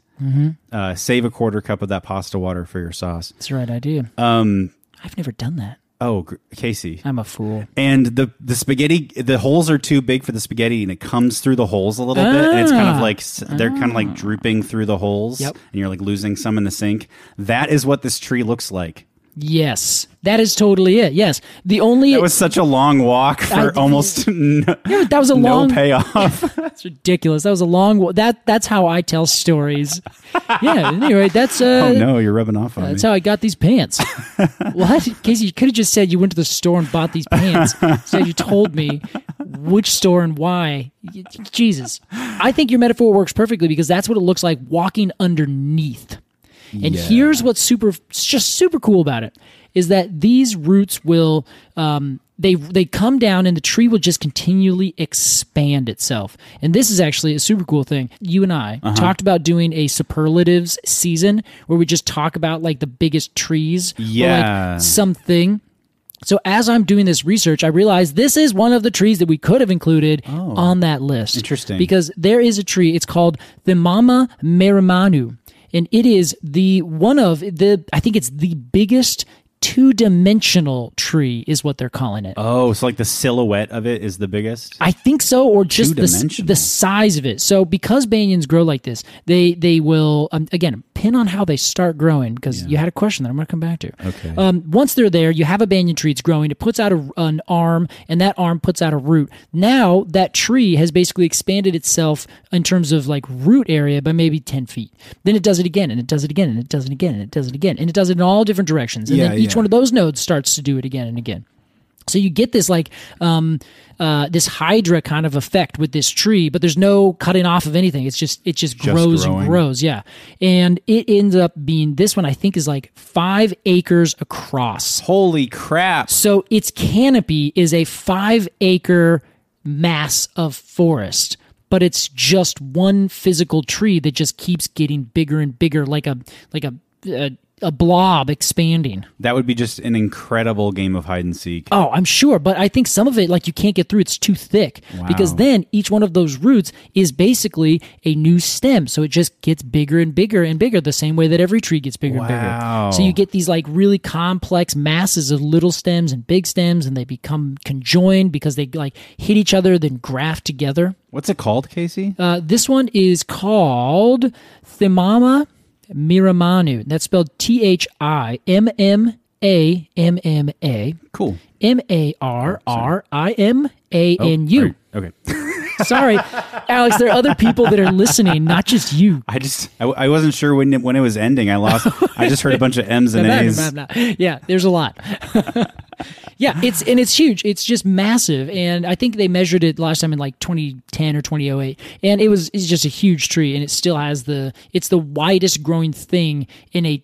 [SPEAKER 1] Uh, save a quarter cup of that pasta water for your sauce.
[SPEAKER 2] That's the right idea.
[SPEAKER 1] Um,
[SPEAKER 2] I've never done that.
[SPEAKER 1] oh, gr- Casey.
[SPEAKER 2] I'm a fool.
[SPEAKER 1] And the, the spaghetti, the holes are too big for the spaghetti and it comes through the holes a little bit. And it's kind of
[SPEAKER 2] Ah.
[SPEAKER 1] like, s- they're kind of like drooping through the holes
[SPEAKER 2] Yep.
[SPEAKER 1] and you're like losing some in the sink. That is what this tree looks like.
[SPEAKER 2] Yes. That is totally it. Yes. The only
[SPEAKER 1] That was such a long walk
[SPEAKER 2] I-
[SPEAKER 1] for almost no,
[SPEAKER 2] that was a
[SPEAKER 1] no
[SPEAKER 2] long
[SPEAKER 1] payoff.
[SPEAKER 2] That's ridiculous. That was a long wa- that that's how I tell stories. yeah, anyway, that's uh
[SPEAKER 1] oh no, you're rubbing off on me.
[SPEAKER 2] That's how I got these pants. what? Casey, you could have just said you went to the store and bought these pants. Instead, you told me which store and why. Y- Jesus. I think your metaphor works perfectly because that's what it looks like walking underneath. And here's what's super, just super cool about it is that these roots will, um, they, they come down and the tree will just continually expand itself. And this is actually a super cool thing. You and I talked about doing a superlatives season where we just talk about like the biggest trees or
[SPEAKER 1] Yeah.
[SPEAKER 2] like something. So as I'm doing this research, I realize this is one of the trees that we could have included on that list.
[SPEAKER 1] Interesting.
[SPEAKER 2] Because there is a tree, it's called the Mama Merimanu, and it is the one of the I think it's the biggest two-dimensional tree is what they're calling it.
[SPEAKER 1] oh, so like the silhouette of it is the biggest?
[SPEAKER 2] I think so, or just the,
[SPEAKER 1] Two-dimensional.
[SPEAKER 2] the size of it. So because banyans grow like this, they they will um, again pin on how they start growing. Because you had a question that I'm going to come back to. Okay. Um, once they're there, you have a banyan tree. It's growing. It puts out a, an arm, and that arm puts out a root. Now that tree has basically expanded itself in terms of like root area by maybe ten feet. Then it does it again, and it does it again, and it does it again, and it does it again, and it does it in all different directions. And
[SPEAKER 1] Yeah,
[SPEAKER 2] then each
[SPEAKER 1] yeah.
[SPEAKER 2] one of those nodes starts to do it again and again. So you get this like um, uh, this hydra kind of effect with this tree, but there's no cutting off of anything. It's just it just, grows
[SPEAKER 1] growing.
[SPEAKER 2] and grows, yeah. And it ends up being this one I think is like five acres across.
[SPEAKER 1] Holy crap.
[SPEAKER 2] So its canopy is a five acre mass of forest, but it's just one physical tree that just keeps getting bigger and bigger, like a like a a, a blob expanding.
[SPEAKER 1] That would be just an incredible game of hide and seek.
[SPEAKER 2] Oh, I'm sure, but I think some of it, like you can't get through. It's too thick because then each one of those roots is basically a new stem, so it just gets bigger and bigger and bigger, the same way that every tree gets bigger
[SPEAKER 1] Wow.
[SPEAKER 2] and bigger. So you get these like really complex masses of little stems and big stems, and they become conjoined because they like hit each other, then graft together.
[SPEAKER 1] What's it called, Casey?
[SPEAKER 2] Uh, this one is called Thimama Miramanu. That's spelled T H I M M A M M A.
[SPEAKER 1] cool.
[SPEAKER 2] M A R R I M A N U.
[SPEAKER 1] Okay.
[SPEAKER 2] Sorry, Alex, there are other people that are listening, not just you.
[SPEAKER 1] I just I, I wasn't sure when it, when it was ending. I lost. I just heard a bunch of M's and A's.
[SPEAKER 2] Yeah, there's a lot. yeah, it's and it's huge. It's just massive, and I think they measured it last time in like 2010 or 2008, and it was it's just a huge tree, and it still has the it's the widest growing thing in a,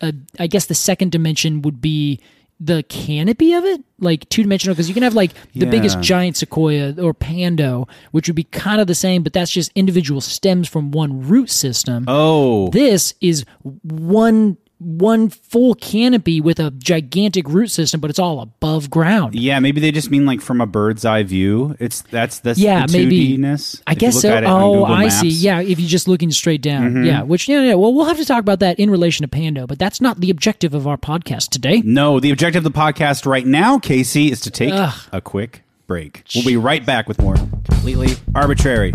[SPEAKER 2] a I guess the second dimension would be the canopy of it, like two dimensional, because you can have like the biggest
[SPEAKER 1] Yeah.
[SPEAKER 2] giant sequoia or pando, which would be kind of the same, but that's just individual stems from one root system
[SPEAKER 1] Oh,
[SPEAKER 2] this is one one full canopy with a gigantic root system but it's all above ground
[SPEAKER 1] yeah. Maybe they just mean like from a bird's eye view. It's that's that's
[SPEAKER 2] Yeah,
[SPEAKER 1] the
[SPEAKER 2] maybe.
[SPEAKER 1] 2D-ness.
[SPEAKER 2] I
[SPEAKER 1] If you
[SPEAKER 2] guess
[SPEAKER 1] look
[SPEAKER 2] so.
[SPEAKER 1] at it on
[SPEAKER 2] Oh,
[SPEAKER 1] Google
[SPEAKER 2] I
[SPEAKER 1] Maps. Mm-hmm.
[SPEAKER 2] see. Yeah, if you're just looking straight down. Yeah, which yeah, yeah. Well, we'll have to talk about that in relation to Pando, but that's not the objective of our podcast today.
[SPEAKER 1] No, the objective of the podcast right now, Casey, is to take a quick break. We'll be right back with more completely arbitrary.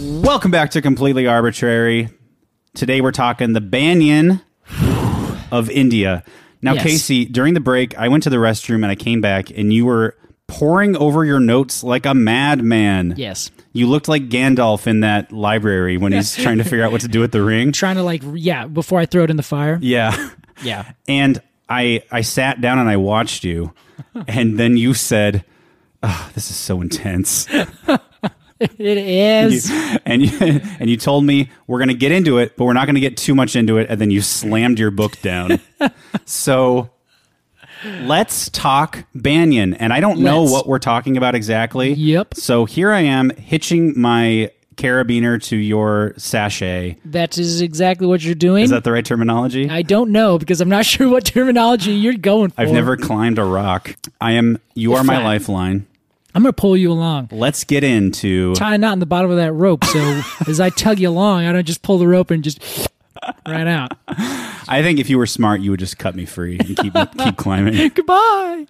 [SPEAKER 1] Welcome back to Completely Arbitrary. Today we're talking the Banyan of India. Now,
[SPEAKER 2] Yes.
[SPEAKER 1] Casey, during the break, I went to the restroom and I came back, and you were pouring over your notes like a madman.
[SPEAKER 2] Yes.
[SPEAKER 1] You looked like Gandalf in that library when he's trying to figure out what to do with the ring.
[SPEAKER 2] Trying to like, yeah, before I throw it in the fire.
[SPEAKER 1] Yeah.
[SPEAKER 2] Yeah.
[SPEAKER 1] And I I sat down and I watched you, and then you said, oh, "This is so intense."
[SPEAKER 2] It is.
[SPEAKER 1] and you, and you told me we're going to get into it, but we're not going to get too much into it. And then you slammed your book down. so let's talk Banyan. And I don't know
[SPEAKER 2] Let's.
[SPEAKER 1] what we're talking about exactly.
[SPEAKER 2] Yep.
[SPEAKER 1] So here I am hitching my carabiner to your sachet.
[SPEAKER 2] That is exactly what you're doing.
[SPEAKER 1] Is that the right terminology?
[SPEAKER 2] I don't know because I'm not sure what terminology you're going for.
[SPEAKER 1] I've never climbed a rock. I am. You are my
[SPEAKER 2] fine.
[SPEAKER 1] lifeline.
[SPEAKER 2] I'm going to pull you along.
[SPEAKER 1] Let's get into.
[SPEAKER 2] Tie a knot in the bottom of that rope. So as I tug you along, I don't just pull the rope and just right out.
[SPEAKER 1] I think if you were smart, you would just cut me free and keep keep climbing.
[SPEAKER 2] Goodbye.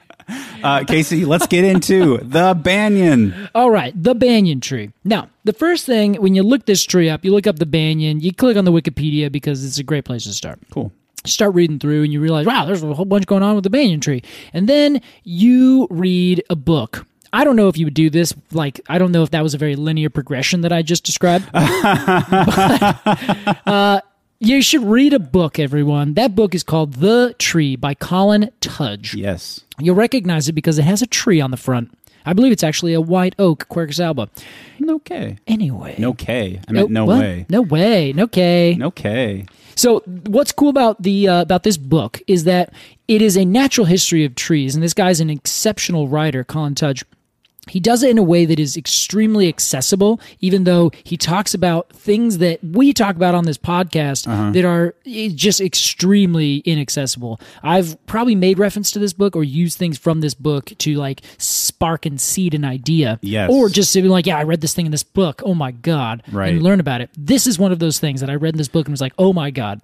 [SPEAKER 1] Uh, Casey, let's get into the Banyan.
[SPEAKER 2] All right, the banyan tree. Now, the first thing when you look this tree up, you look up the banyan, you click on the Wikipedia because it's a great place to start.
[SPEAKER 1] Cool.
[SPEAKER 2] You start reading through and you realize, wow, there's a whole bunch going on with the banyan tree. And then you read a book. I don't know if you would do this. Like, I don't know if that was a very linear progression that I just described. uh, You should read a book, everyone. That book is called The Tree by Colin Tudge.
[SPEAKER 1] Yes.
[SPEAKER 2] You'll recognize it because it has a tree on the front. I believe it's actually a white oak, Quercus alba.
[SPEAKER 1] No K.
[SPEAKER 2] Anyway.
[SPEAKER 1] No K. I meant no
[SPEAKER 2] what?
[SPEAKER 1] way.
[SPEAKER 2] No way. No K.
[SPEAKER 1] No K.
[SPEAKER 2] So what's cool about the uh, about this book is that it is a natural history of trees, and this guy's an exceptional writer, Colin Tudge. He does it in a way that is extremely accessible, even though he talks about things that we talk about on this podcast that are eh, just extremely inaccessible. I've probably made reference to this book or used things from this book to like spark and seed an idea.
[SPEAKER 1] Yes.
[SPEAKER 2] Or just to be like, yeah, I read this thing in this book. Oh my God.
[SPEAKER 1] Right.
[SPEAKER 2] And learn about it. This is one of those things that I read in this book and was like, oh my God.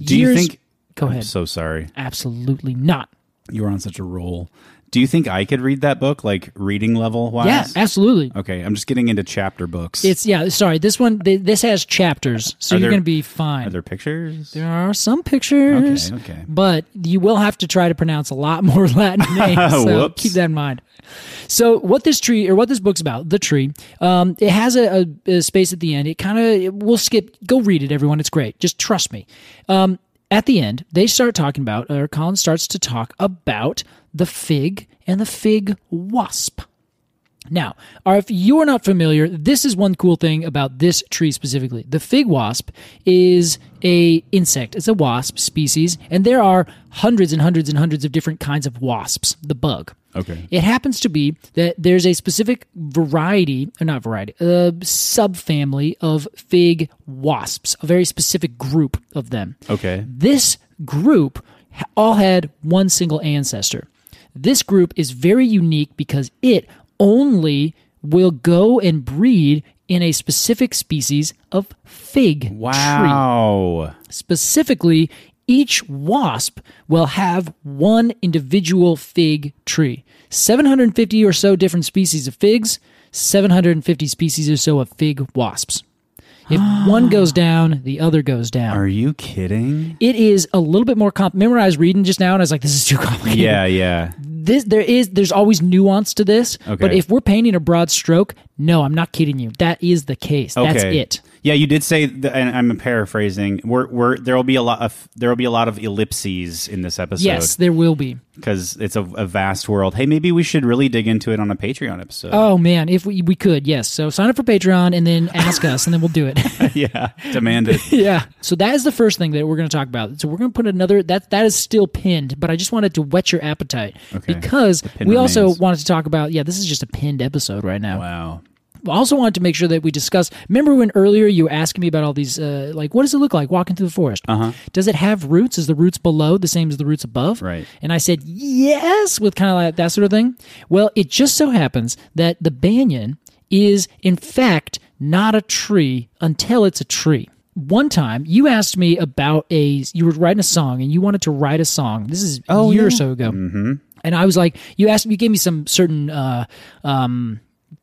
[SPEAKER 1] Do you
[SPEAKER 2] Years-
[SPEAKER 1] think?
[SPEAKER 2] Go
[SPEAKER 1] I'm
[SPEAKER 2] ahead.
[SPEAKER 1] so sorry.
[SPEAKER 2] Absolutely not.
[SPEAKER 1] You were on such a roll. Do you think I could read that book, like reading level wise?
[SPEAKER 2] Yeah, absolutely.
[SPEAKER 1] Okay, I'm just getting into chapter books.
[SPEAKER 2] It's yeah. Sorry, this one. Th- this has chapters, so
[SPEAKER 1] Are
[SPEAKER 2] you're
[SPEAKER 1] there-
[SPEAKER 2] going to be
[SPEAKER 1] Are
[SPEAKER 2] fine.
[SPEAKER 1] there pictures?
[SPEAKER 2] There are some pictures,
[SPEAKER 1] Okay, okay.
[SPEAKER 2] but you will have to try to pronounce a lot more Latin names. so
[SPEAKER 1] Whoops.
[SPEAKER 2] keep that in mind. So, what this tree or what this book's about, the tree, um, it has a, a, a space at the end. It kind of we'll skip. Go read it, everyone. It's great. Just trust me. Um, at the end, they start talking about, or Colin starts to talk about the fig and the fig wasp. Now, or if you're not familiar, this is one cool thing about this tree specifically. The fig wasp is a insect. It's a wasp species, and there are hundreds and hundreds and hundreds of different kinds of wasps, the bug.
[SPEAKER 1] Okay.
[SPEAKER 2] It happens to be that there's a specific variety, or not variety, uh, subfamily of fig wasps, a very specific group of them.
[SPEAKER 1] Okay.
[SPEAKER 2] This group ha- all had one single ancestor. This group is very unique because it only will go and breed in a specific species of fig tree.
[SPEAKER 1] Wow.
[SPEAKER 2] Specifically, each wasp will have one individual fig tree. 750 or so different species of figs, 750 species or so of fig wasps. If one goes down, the other goes down
[SPEAKER 1] Are you kidding?
[SPEAKER 2] it is a little bit more comp. Remember, I was reading just now, and I was like, "This is too complicated."
[SPEAKER 1] Yeah, yeah.
[SPEAKER 2] this there is there's always nuance to this. But
[SPEAKER 1] Okay.
[SPEAKER 2] if we're painting a broad stroke, no, I'm not kidding you. That is the case. That's it.
[SPEAKER 1] Yeah, you did say, th- and I'm paraphrasing. We're, we're there will be a lot of there will be a lot of ellipses in this episode.
[SPEAKER 2] Yes, there will be.
[SPEAKER 1] because it's a, a vast world. Hey, maybe we should really dig into it on a Patreon episode.
[SPEAKER 2] Oh man, if we we could, yes. So sign up for Patreon and then ask us, and then we'll do it.
[SPEAKER 1] yeah, demand it.
[SPEAKER 2] yeah. So that is the first thing that we're going to talk about. So we're going to put another that that is still pinned, but I just wanted to whet your appetite
[SPEAKER 1] Okay.
[SPEAKER 2] because
[SPEAKER 1] pin
[SPEAKER 2] we also
[SPEAKER 1] remains.
[SPEAKER 2] wanted to talk about. Yeah, this is just a pinned episode right now.
[SPEAKER 1] Wow.
[SPEAKER 2] I also wanted to make sure that we discuss. Remember when earlier you were asking me about all these, uh, like, what does it look like walking through the forest? Uh-huh. Does it have roots? Is the roots below the same as the roots above?
[SPEAKER 1] Right.
[SPEAKER 2] And I said yes, with kind of like that sort of thing. Well, it just so happens that the banyan is, in fact, not a tree until it's a tree. One time, you asked me about a. You were writing a song, and you wanted to write a song. This is a year or so ago. Oh, Mm-hmm. And I was like, you asked, you gave me some certain uh, um,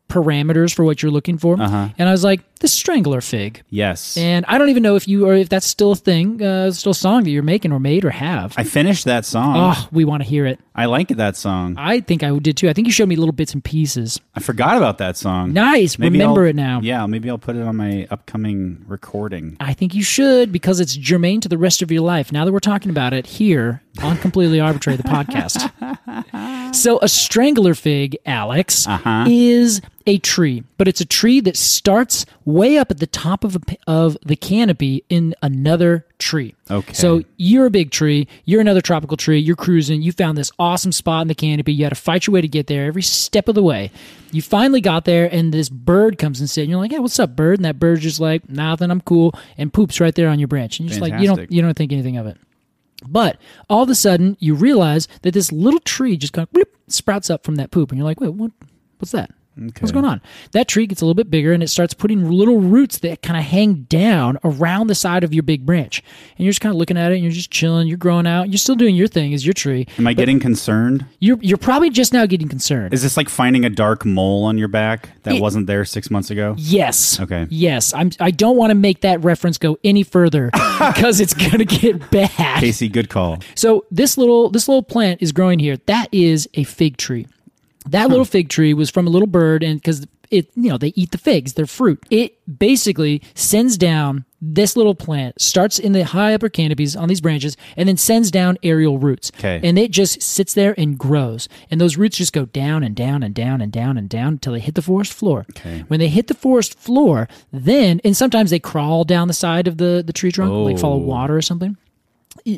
[SPEAKER 2] parameters for what you're looking for,
[SPEAKER 1] Uh-huh.
[SPEAKER 2] and I was like, the strangler fig.
[SPEAKER 1] Yes.
[SPEAKER 2] And I don't even know if you or if that's still a thing, uh, still a song that you're making or made or have.
[SPEAKER 1] I finished that song.
[SPEAKER 2] oh, we want to hear it.
[SPEAKER 1] I like that song.
[SPEAKER 2] I think I did too. I think you showed me little bits and pieces.
[SPEAKER 1] I forgot about that song.
[SPEAKER 2] Nice. Remember
[SPEAKER 1] I'll-
[SPEAKER 2] it now.
[SPEAKER 1] Yeah, maybe I'll put it on my upcoming recording.
[SPEAKER 2] I think you should because it's germane to the rest of your life. Now that we're talking about it here on Completely Arbitrary, the podcast. So, a strangler fig, Alex, is a tree, but it's a tree that starts way up at the top of, a, p- of the canopy in another tree.
[SPEAKER 1] Okay.
[SPEAKER 2] So, you're a big tree, you're another tropical tree, you're cruising, you found this awesome spot in the canopy, you had to fight your way to get there every step of the way. You finally got there, and this bird comes and sits, and you're like, "Hey, what's up, bird?" And that bird's just like, "Nothing, I'm cool," and poops right there on your branch, and you're just like, "You don't,
[SPEAKER 1] Fantastic.
[SPEAKER 2] you don't think anything of it." But all of a sudden, you realize that this little tree just kind of whip, sprouts up from that poop, and you're like, "Wait, what? What's that?" What's going on? That tree gets a little bit bigger and it starts putting little roots that kind of hang down around the side of your big branch. And you're just kind of looking at it and you're just chilling, you're growing out, you're still doing your thing as your tree.
[SPEAKER 1] Am I getting concerned?
[SPEAKER 2] You're, you're probably just now getting concerned.
[SPEAKER 1] Is this like finding a dark mole on your back that wasn't there six months ago?
[SPEAKER 2] Yes.
[SPEAKER 1] Okay.
[SPEAKER 2] Yes. I'm. I don't want to make that reference go any further because it's gonna get bad.
[SPEAKER 1] Casey, good call.
[SPEAKER 2] So this little this little plant is growing here. That is a fig tree. That little fig tree was from a little bird, and because it you know they eat the figs, they're fruit. It basically sends down this little plant starts in the high upper canopies on these branches and then sends down aerial roots
[SPEAKER 1] Okay.
[SPEAKER 2] and it just sits there and grows and those roots just go down and down and down and down and down until they hit the forest floor okay. when they hit the forest floor then and sometimes they crawl down the side of the the tree trunk like follow water or something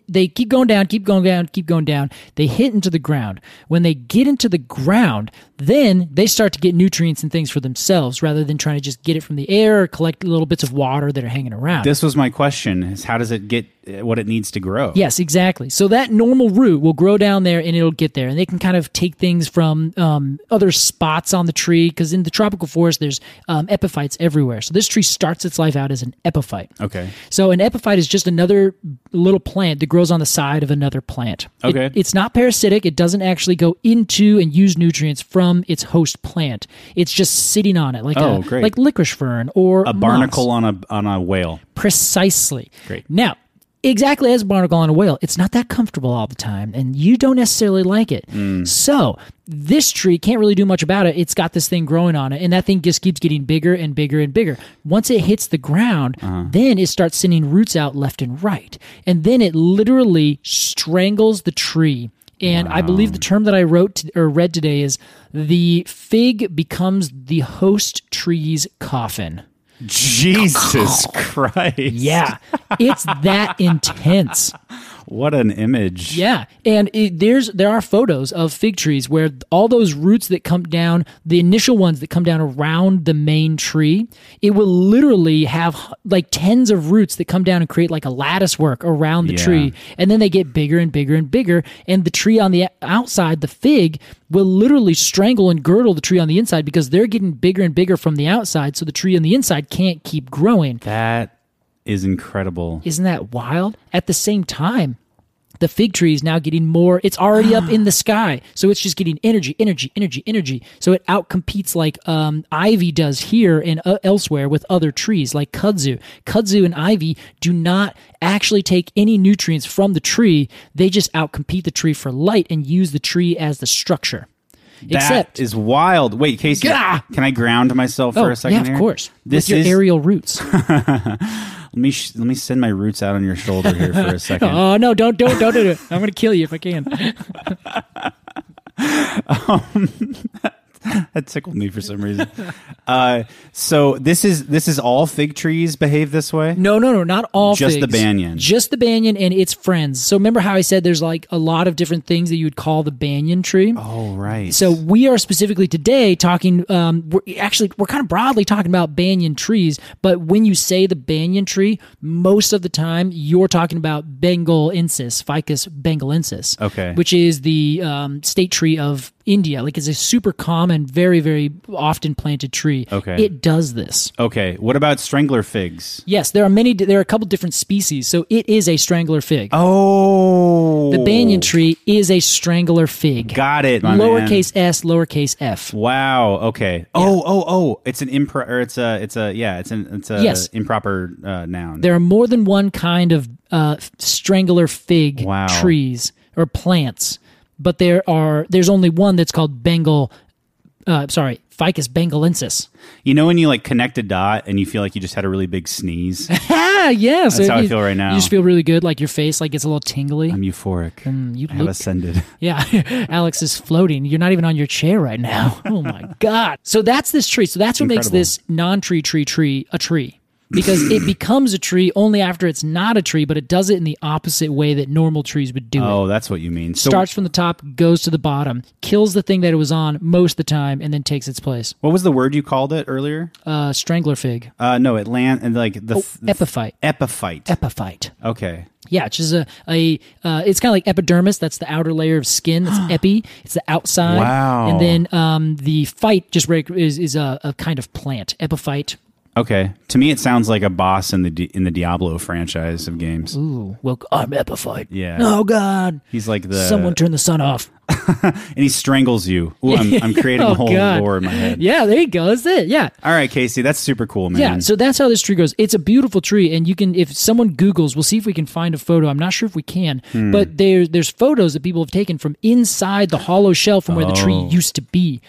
[SPEAKER 2] they keep going down, keep going down, keep going down. They hit into the ground. When they get into the ground, then they start to get nutrients and things for themselves rather than trying to just get it from the air or collect little bits of water that are hanging around.
[SPEAKER 1] This was my question: Is how does it get uh, what it needs to grow?
[SPEAKER 2] Yes, exactly. So that normal root will grow down there and it'll get there. And they can kind of take things from um, other spots on the tree because in the tropical forest, there's um, epiphytes everywhere. So this tree starts its life out as an epiphyte.
[SPEAKER 1] Okay.
[SPEAKER 2] So an epiphyte is just another little plant that grows on the side of another plant. It-
[SPEAKER 1] Okay.
[SPEAKER 2] it's not parasitic. It doesn't actually go into and use nutrients from its host plant. It's just sitting on it, like
[SPEAKER 1] Oh,
[SPEAKER 2] a,
[SPEAKER 1] great.
[SPEAKER 2] like licorice fern or
[SPEAKER 1] A barnacle on a on a whale.
[SPEAKER 2] precisely.
[SPEAKER 1] Great.
[SPEAKER 2] Now, exactly as a barnacle on a whale, it's not that comfortable all the time, and you don't necessarily like it. So this tree can't really do much about it. It's got this thing growing on it, and that thing just keeps getting bigger and bigger and bigger. Once it hits the ground, then it starts sending roots out left and right, and then it literally strangles the tree. And I believe the term that I wrote t- or read today is the fig becomes the host tree's coffin.
[SPEAKER 1] Jesus Christ!
[SPEAKER 2] Yeah, it's that intense.
[SPEAKER 1] What an image.
[SPEAKER 2] Yeah, and it, there's there are photos of fig trees where all those roots that come down, the initial ones that come down around the main tree, it will literally have like tens of roots that come down and create like a lattice work around the
[SPEAKER 1] Yeah.
[SPEAKER 2] tree, and then they get bigger and bigger and bigger, and the tree on the outside, the fig, will literally strangle and girdle the tree on the inside because they're getting bigger and bigger from the outside, so the tree on the inside can't keep growing.
[SPEAKER 1] That is incredible.
[SPEAKER 2] Isn't that wild? At the same time, the fig tree is now getting more. It's already up in the sky, so it's just getting energy, energy, energy, energy. So it outcompetes like um, ivy does here and uh, elsewhere with other trees, like kudzu. Kudzu and ivy do not actually take any nutrients from the tree; they just outcompete the tree for light and use the tree as the structure.
[SPEAKER 1] That
[SPEAKER 2] Except,
[SPEAKER 1] is wild. Wait, Casey,
[SPEAKER 2] Gah!
[SPEAKER 1] can I ground myself
[SPEAKER 2] oh
[SPEAKER 1] for a second?
[SPEAKER 2] yeah,
[SPEAKER 1] here?
[SPEAKER 2] of course,
[SPEAKER 1] This
[SPEAKER 2] with your
[SPEAKER 1] is
[SPEAKER 2] aerial roots.
[SPEAKER 1] Let me sh- let me send my roots out on your shoulder here for a second.
[SPEAKER 2] Oh no! Don't don't don't do it. I'm gonna kill you if I can.
[SPEAKER 1] that tickled me for some reason. uh, so this is this is all fig trees behave this way.
[SPEAKER 2] No, no, no, not all.
[SPEAKER 1] Just the
[SPEAKER 2] figs.
[SPEAKER 1] banyan.
[SPEAKER 2] Just the banyan and its friends. So remember how I said there's like a lot of different things that you would call the banyan tree.
[SPEAKER 1] Oh right.
[SPEAKER 2] So we are specifically today talking. Um, we're actually we're kind of broadly talking about banyan trees, but when you say the banyan tree, most of the time you're talking about bengalensis, Ficus bengalensis.
[SPEAKER 1] Okay.
[SPEAKER 2] which is the um, state tree of India. Like it's a super common, very very often planted tree.
[SPEAKER 1] Okay.
[SPEAKER 2] it does this.
[SPEAKER 1] okay, what about strangler figs?
[SPEAKER 2] Yes, there are many. There are a couple different species, so it is a strangler fig.
[SPEAKER 1] Oh,
[SPEAKER 2] The banyan tree is a strangler fig.
[SPEAKER 1] Got it, my
[SPEAKER 2] lowercase s, lowercase f.
[SPEAKER 1] Man. Wow. Okay. Oh, oh, oh! It's an improper. Or it's a. It's a. Yeah. It's an. It's a
[SPEAKER 2] Yes.
[SPEAKER 1] improper uh, noun.
[SPEAKER 2] There are more than one kind of uh, strangler fig
[SPEAKER 1] Wow.
[SPEAKER 2] trees or plants, but there are there's only one that's called Bengal. Uh, sorry, Ficus bengalensis.
[SPEAKER 1] you know when you like connect a dot and you feel like you just had a really big sneeze.
[SPEAKER 2] Ah, yes.
[SPEAKER 1] That's how I
[SPEAKER 2] You-
[SPEAKER 1] feel right now.
[SPEAKER 2] You just feel really good, like your face like gets a little tingly. Mm,
[SPEAKER 1] I'm euphoric.
[SPEAKER 2] you
[SPEAKER 1] I have
[SPEAKER 2] look-
[SPEAKER 1] ascended.
[SPEAKER 2] Yeah, Alex is floating. You're not even on your chair right now. Oh my god! So that's this tree. So that's what makes
[SPEAKER 1] Incredible.
[SPEAKER 2] this non-tree tree tree a tree because it becomes a tree only after it's not a tree, but it does it in the opposite way that normal trees would do it.
[SPEAKER 1] Oh, that's what you mean. So,
[SPEAKER 2] Starts from the top, goes to the bottom, kills the thing that it was on most of the time, and then takes its place.
[SPEAKER 1] what was the word you called it earlier?
[SPEAKER 2] Uh, strangler fig,
[SPEAKER 1] Uh, no, it land and like the f-
[SPEAKER 2] Oh, epiphyte,
[SPEAKER 1] epiphyte.
[SPEAKER 2] epiphyte.
[SPEAKER 1] okay.
[SPEAKER 2] Yeah, it's just a, a uh, it's kind of like epidermis. That's the outer layer of skin. That's epi. It's the outside.
[SPEAKER 1] Wow.
[SPEAKER 2] And then um, the phyte just reg- is is a, a kind of plant. Epiphyte.
[SPEAKER 1] Okay. To me, it sounds like a boss in the Di- in the Diablo franchise of games.
[SPEAKER 2] Ooh, well, I'm epiphyte.
[SPEAKER 1] Yeah.
[SPEAKER 2] Oh God.
[SPEAKER 1] He's like the
[SPEAKER 2] Someone turn the sun off.
[SPEAKER 1] and he strangles you. Ooh, I'm, I'm creating
[SPEAKER 2] Oh,
[SPEAKER 1] a whole
[SPEAKER 2] God.
[SPEAKER 1] lore in my head.
[SPEAKER 2] Yeah, there you go. That's it. Yeah.
[SPEAKER 1] All right, Casey, that's super cool, man.
[SPEAKER 2] Yeah, so that's how this tree grows. It's a beautiful tree, and you can, if someone Googles, we'll see if we can find a photo. I'm not sure if we can,
[SPEAKER 1] Hmm.
[SPEAKER 2] but there, there's photos that people have taken from inside the hollow shell from where the tree
[SPEAKER 1] Oh.
[SPEAKER 2] used to be.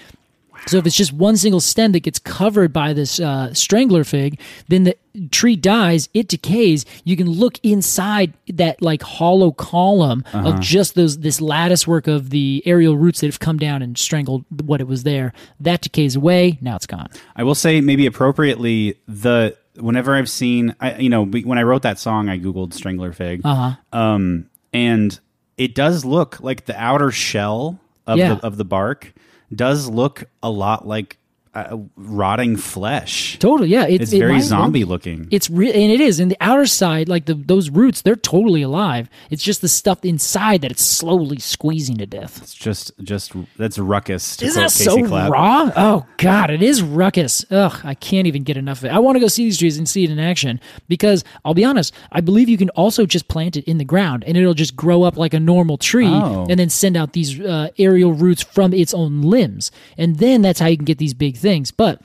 [SPEAKER 2] So if it's just one single stem that gets covered by this uh, strangler fig, then the tree dies, it decays. You can look inside that like hollow column
[SPEAKER 1] Uh-huh.
[SPEAKER 2] of just those this lattice work of the aerial roots that have come down and strangled what it was there. That decays away. Now it's gone.
[SPEAKER 1] I will say maybe appropriately the whenever I've seen I you know we- when I wrote that song I googled strangler fig uh-huh. um and it does look like the outer shell of
[SPEAKER 2] Yeah.
[SPEAKER 1] the of the bark does look a lot like uh, rotting flesh.
[SPEAKER 2] Totally. Yeah. It,
[SPEAKER 1] It's
[SPEAKER 2] it
[SPEAKER 1] very
[SPEAKER 2] might-
[SPEAKER 1] zombie looking.
[SPEAKER 2] It's re- and it is, and the outer side, like the those roots, they're totally alive. It's just the stuff inside that it's slowly squeezing to death.
[SPEAKER 1] It's just just that's ruckus. To
[SPEAKER 2] Isn't
[SPEAKER 1] quote
[SPEAKER 2] that
[SPEAKER 1] Casey
[SPEAKER 2] so
[SPEAKER 1] Clapp.
[SPEAKER 2] raw? Oh God, it is ruckus. Ugh, I can't even get enough of it. I want to go see these trees and see it in action because I'll be honest, I believe you can also just plant it in the ground and it'll just grow up like a normal tree
[SPEAKER 1] Oh.
[SPEAKER 2] and then send out these uh, aerial roots from its own limbs, and then that's how you can get these big things. But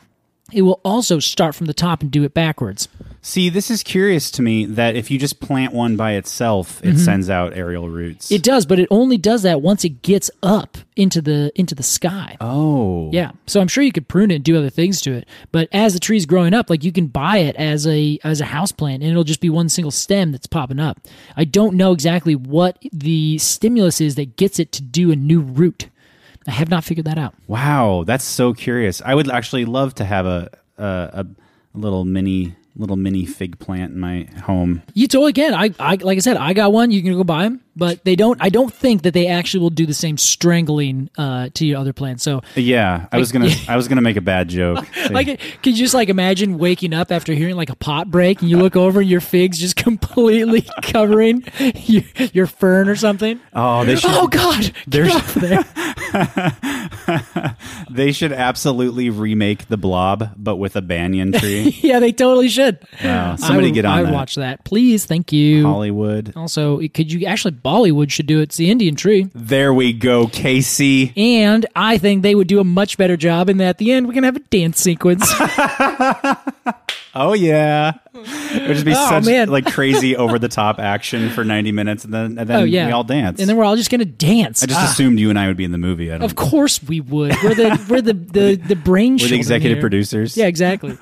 [SPEAKER 2] it will also start from the top and do it backwards.
[SPEAKER 1] See, this is curious to me that if you just plant one by itself, it sends out aerial roots.
[SPEAKER 2] Mm-hmm. It does, but it only does that once it gets up into the into the sky.
[SPEAKER 1] oh,
[SPEAKER 2] Yeah. So I'm sure you could prune it and do other things to it. But as the tree's growing up, like you can buy it as a as a house plant and it'll just be one single stem that's popping up. I don't know exactly what the stimulus is that gets it to do a new root. I have not figured that out.
[SPEAKER 1] Wow, that's so curious. I would actually love to have a a, a little mini little mini fig plant in my home.
[SPEAKER 2] You totally can. I, I like I said, I got one. You can go buy them, but they don't. I don't think that they actually will do the same strangling uh, to your other plants. So
[SPEAKER 1] Yeah, I was gonna I was gonna make a bad joke.
[SPEAKER 2] Like, could you just like imagine waking up after hearing like a pot break and you look over and your figs just completely covering your, your fern or something?
[SPEAKER 1] oh, they should
[SPEAKER 2] Oh God! There's
[SPEAKER 1] There's-
[SPEAKER 2] off there.
[SPEAKER 1] they should absolutely remake the blob, but with a banyan tree.
[SPEAKER 2] yeah, they totally should.
[SPEAKER 1] Wow, somebody
[SPEAKER 2] I would,
[SPEAKER 1] get on
[SPEAKER 2] I would
[SPEAKER 1] that.
[SPEAKER 2] watch that, please. Thank you.
[SPEAKER 1] Hollywood.
[SPEAKER 2] Also, could you actually Bollywood should do it. It's the Indian tree.
[SPEAKER 1] There we go, Casey.
[SPEAKER 2] And I think they would do a much better job in that at the end we're gonna have a dance sequence.
[SPEAKER 1] Oh yeah, it would just be
[SPEAKER 2] Oh,
[SPEAKER 1] such
[SPEAKER 2] man.
[SPEAKER 1] like crazy over the top action for ninety minutes, and then and then
[SPEAKER 2] oh yeah.
[SPEAKER 1] we all dance.
[SPEAKER 2] And then we're all just gonna dance.
[SPEAKER 1] I just
[SPEAKER 2] Ah,
[SPEAKER 1] assumed you and I would be in the movie. I don't
[SPEAKER 2] of course we would. We're the we're the the, the brain
[SPEAKER 1] We're the executive producers.
[SPEAKER 2] Yeah, exactly.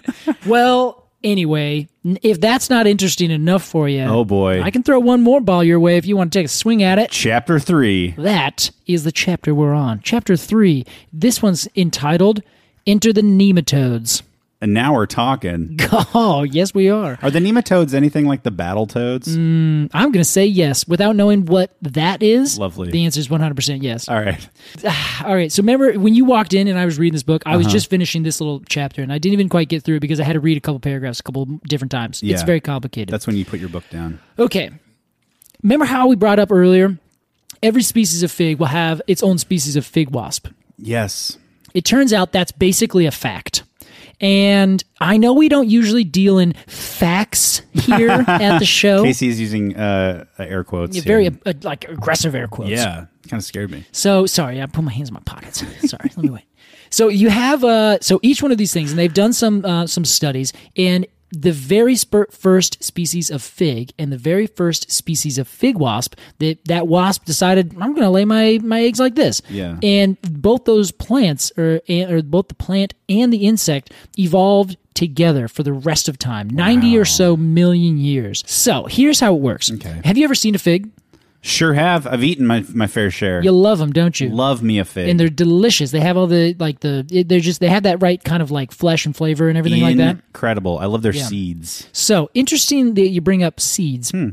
[SPEAKER 2] well, anyway, n- if that's not interesting enough for you,
[SPEAKER 1] Oh, boy.
[SPEAKER 2] I can throw one more ball your way if you want to take a swing at it.
[SPEAKER 1] Chapter three.
[SPEAKER 2] That is the chapter we're on. Chapter three. This one's entitled "Enter the Nematodes."
[SPEAKER 1] And now we're talking.
[SPEAKER 2] Oh, yes, we are.
[SPEAKER 1] Are the nematodes anything like the battle toads?
[SPEAKER 2] Mm. I'm going to say yes without knowing what that is.
[SPEAKER 1] Lovely.
[SPEAKER 2] The answer is 100% yes.
[SPEAKER 1] All right.
[SPEAKER 2] All right. So remember when you walked in and I was reading this book, I
[SPEAKER 1] Uh-huh.
[SPEAKER 2] was just finishing this little chapter and I didn't even quite get through it because I had to read a couple paragraphs a couple different times. It's
[SPEAKER 1] Yeah.
[SPEAKER 2] very complicated.
[SPEAKER 1] That's when you put your book down.
[SPEAKER 2] Okay. Remember how we brought up earlier? Every species of fig will have its own species of fig wasp.
[SPEAKER 1] Yes.
[SPEAKER 2] It turns out that's basically a fact. And I know we don't usually deal in facts here at the show.
[SPEAKER 1] Casey's using uh, air quotes.
[SPEAKER 2] Yeah, very
[SPEAKER 1] here.
[SPEAKER 2] uh, like aggressive air quotes.
[SPEAKER 1] yeah. Kind of scared me.
[SPEAKER 2] So sorry, I put my hands in my pockets. Sorry, let me wait. So you have uh, so each one of these things, and they've done some uh, some studies, and the very spir- first species of fig and the very first species of fig wasp that that wasp decided I'm going to lay my my eggs like this.
[SPEAKER 1] Yeah.
[SPEAKER 2] And both those plants, or and- or both the plant and the insect, evolved together for the rest of time, ninety or so million years. So here's how it works.
[SPEAKER 1] Okay.
[SPEAKER 2] Have you ever seen a fig?
[SPEAKER 1] Sure have. I've eaten my my fair share.
[SPEAKER 2] You love them, don't you?
[SPEAKER 1] Love me a fig.
[SPEAKER 2] and they're delicious. They have all the like the it- they're just they have that right kind of like flesh and flavor and everything like that.
[SPEAKER 1] Incredible. I love their seeds.
[SPEAKER 2] So interesting that you bring up seeds.
[SPEAKER 1] Hmm.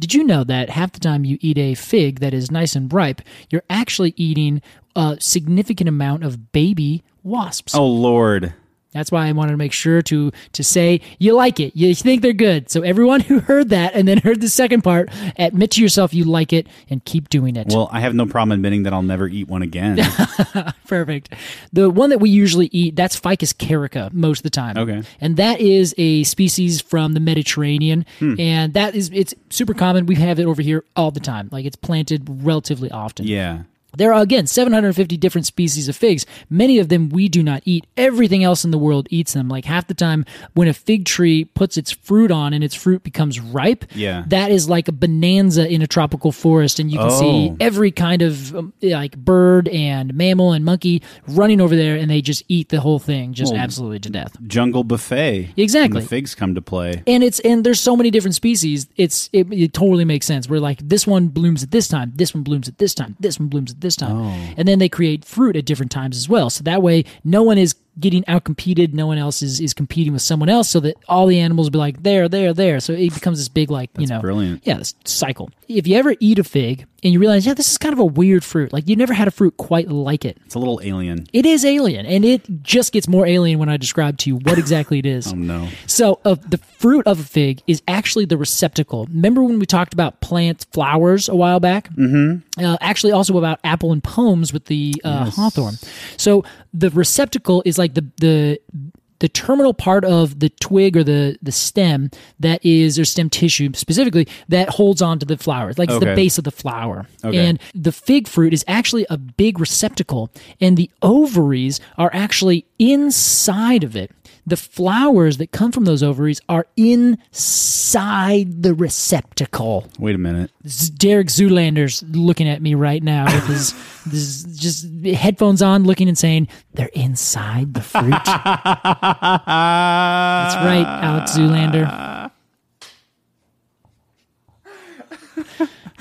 [SPEAKER 2] Did you know that half the time you eat a fig that is nice and ripe, you're actually eating a significant amount of baby wasps.
[SPEAKER 1] Oh Lord.
[SPEAKER 2] That's why I wanted to make sure to to say you like it, you think they're good. So everyone who heard that and then heard the second part, admit to yourself you like it and keep doing it.
[SPEAKER 1] Well, I have no problem admitting that I'll never eat one again.
[SPEAKER 2] Perfect. The one that we usually eat, that's Ficus carica most of the time.
[SPEAKER 1] Okay.
[SPEAKER 2] And that is a species from the Mediterranean. And that is, it's super common. We have it over here all the time. Like it's planted relatively often.
[SPEAKER 1] yeah.
[SPEAKER 2] There are, again, 750 different species of figs. Many of them we do not eat. Everything else in the world eats them. Like half the time, when a fig tree puts its fruit on and its fruit becomes ripe,
[SPEAKER 1] Yeah.
[SPEAKER 2] that is like a bonanza in a tropical forest. And you can see
[SPEAKER 1] Oh.
[SPEAKER 2] every kind of um, like bird and mammal and monkey running over there, and they just eat the whole thing just absolutely to death.
[SPEAKER 1] Jungle buffet.
[SPEAKER 2] Exactly.
[SPEAKER 1] And the figs come to play.
[SPEAKER 2] And it's and there's so many different species. It's it, it totally makes sense. We're like this one blooms at this time, this one blooms at this time, this one blooms at this time,
[SPEAKER 1] Oh.
[SPEAKER 2] and then they create fruit at different times as well. So that way, no one is getting outcompeted. No one else is is competing with someone else. So that all the animals be like there, there, there. So it becomes this big like you know
[SPEAKER 1] brilliant.
[SPEAKER 2] yeah this cycle. If you ever eat a fig and you realize yeah this is kind of a weird fruit, like you never had a fruit quite like it.
[SPEAKER 1] It's a little alien.
[SPEAKER 2] It is alien, and it just gets more alien when I describe to you what exactly it is.
[SPEAKER 1] Oh no.
[SPEAKER 2] So, uh, the fruit of a fig is actually the receptacle. Remember when we talked about plants, flowers a while back? Mm-hmm. Uh, actually, also about apple and pomes with the uh, hawthorn. So, the receptacle is like the the the terminal part of the twig or the the stem that is or stem tissue specifically that holds on to the flowers like it's the
[SPEAKER 1] Okay.
[SPEAKER 2] base of the flower
[SPEAKER 1] Okay.
[SPEAKER 2] and the fig fruit is actually a big receptacle and the ovaries are actually inside of it the flowers that come from those ovaries are inside the receptacle
[SPEAKER 1] Wait a minute.
[SPEAKER 2] Z- derek zoolander's looking at me right now with his, this just headphones on looking and saying they're inside the fruit
[SPEAKER 1] That's
[SPEAKER 2] That's right, Alex Zoolander.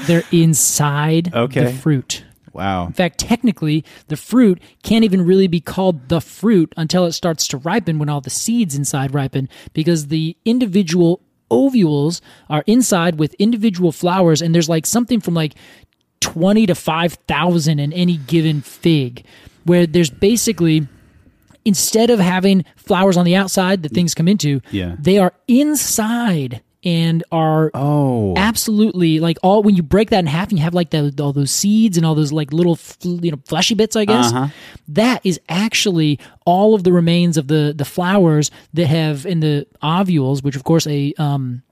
[SPEAKER 2] They're inside the
[SPEAKER 1] Okay.
[SPEAKER 2] fruit.
[SPEAKER 1] Wow.
[SPEAKER 2] In fact, technically, the fruit can't even really be called the fruit until it starts to ripen when all the seeds inside ripen because the individual ovules are inside with individual flowers and there's like something from like 20 to 5,000 in any given fig where there's basically instead of having flowers on the outside that things come into,
[SPEAKER 1] Yeah.
[SPEAKER 2] they are inside and are
[SPEAKER 1] Oh.
[SPEAKER 2] absolutely like all when you break that in half and you have like the, all those seeds and all those like little fl- you know fleshy bits i guess
[SPEAKER 1] Uh-huh.
[SPEAKER 2] that is actually all of the remains of the the flowers that have in the ovules which of course a um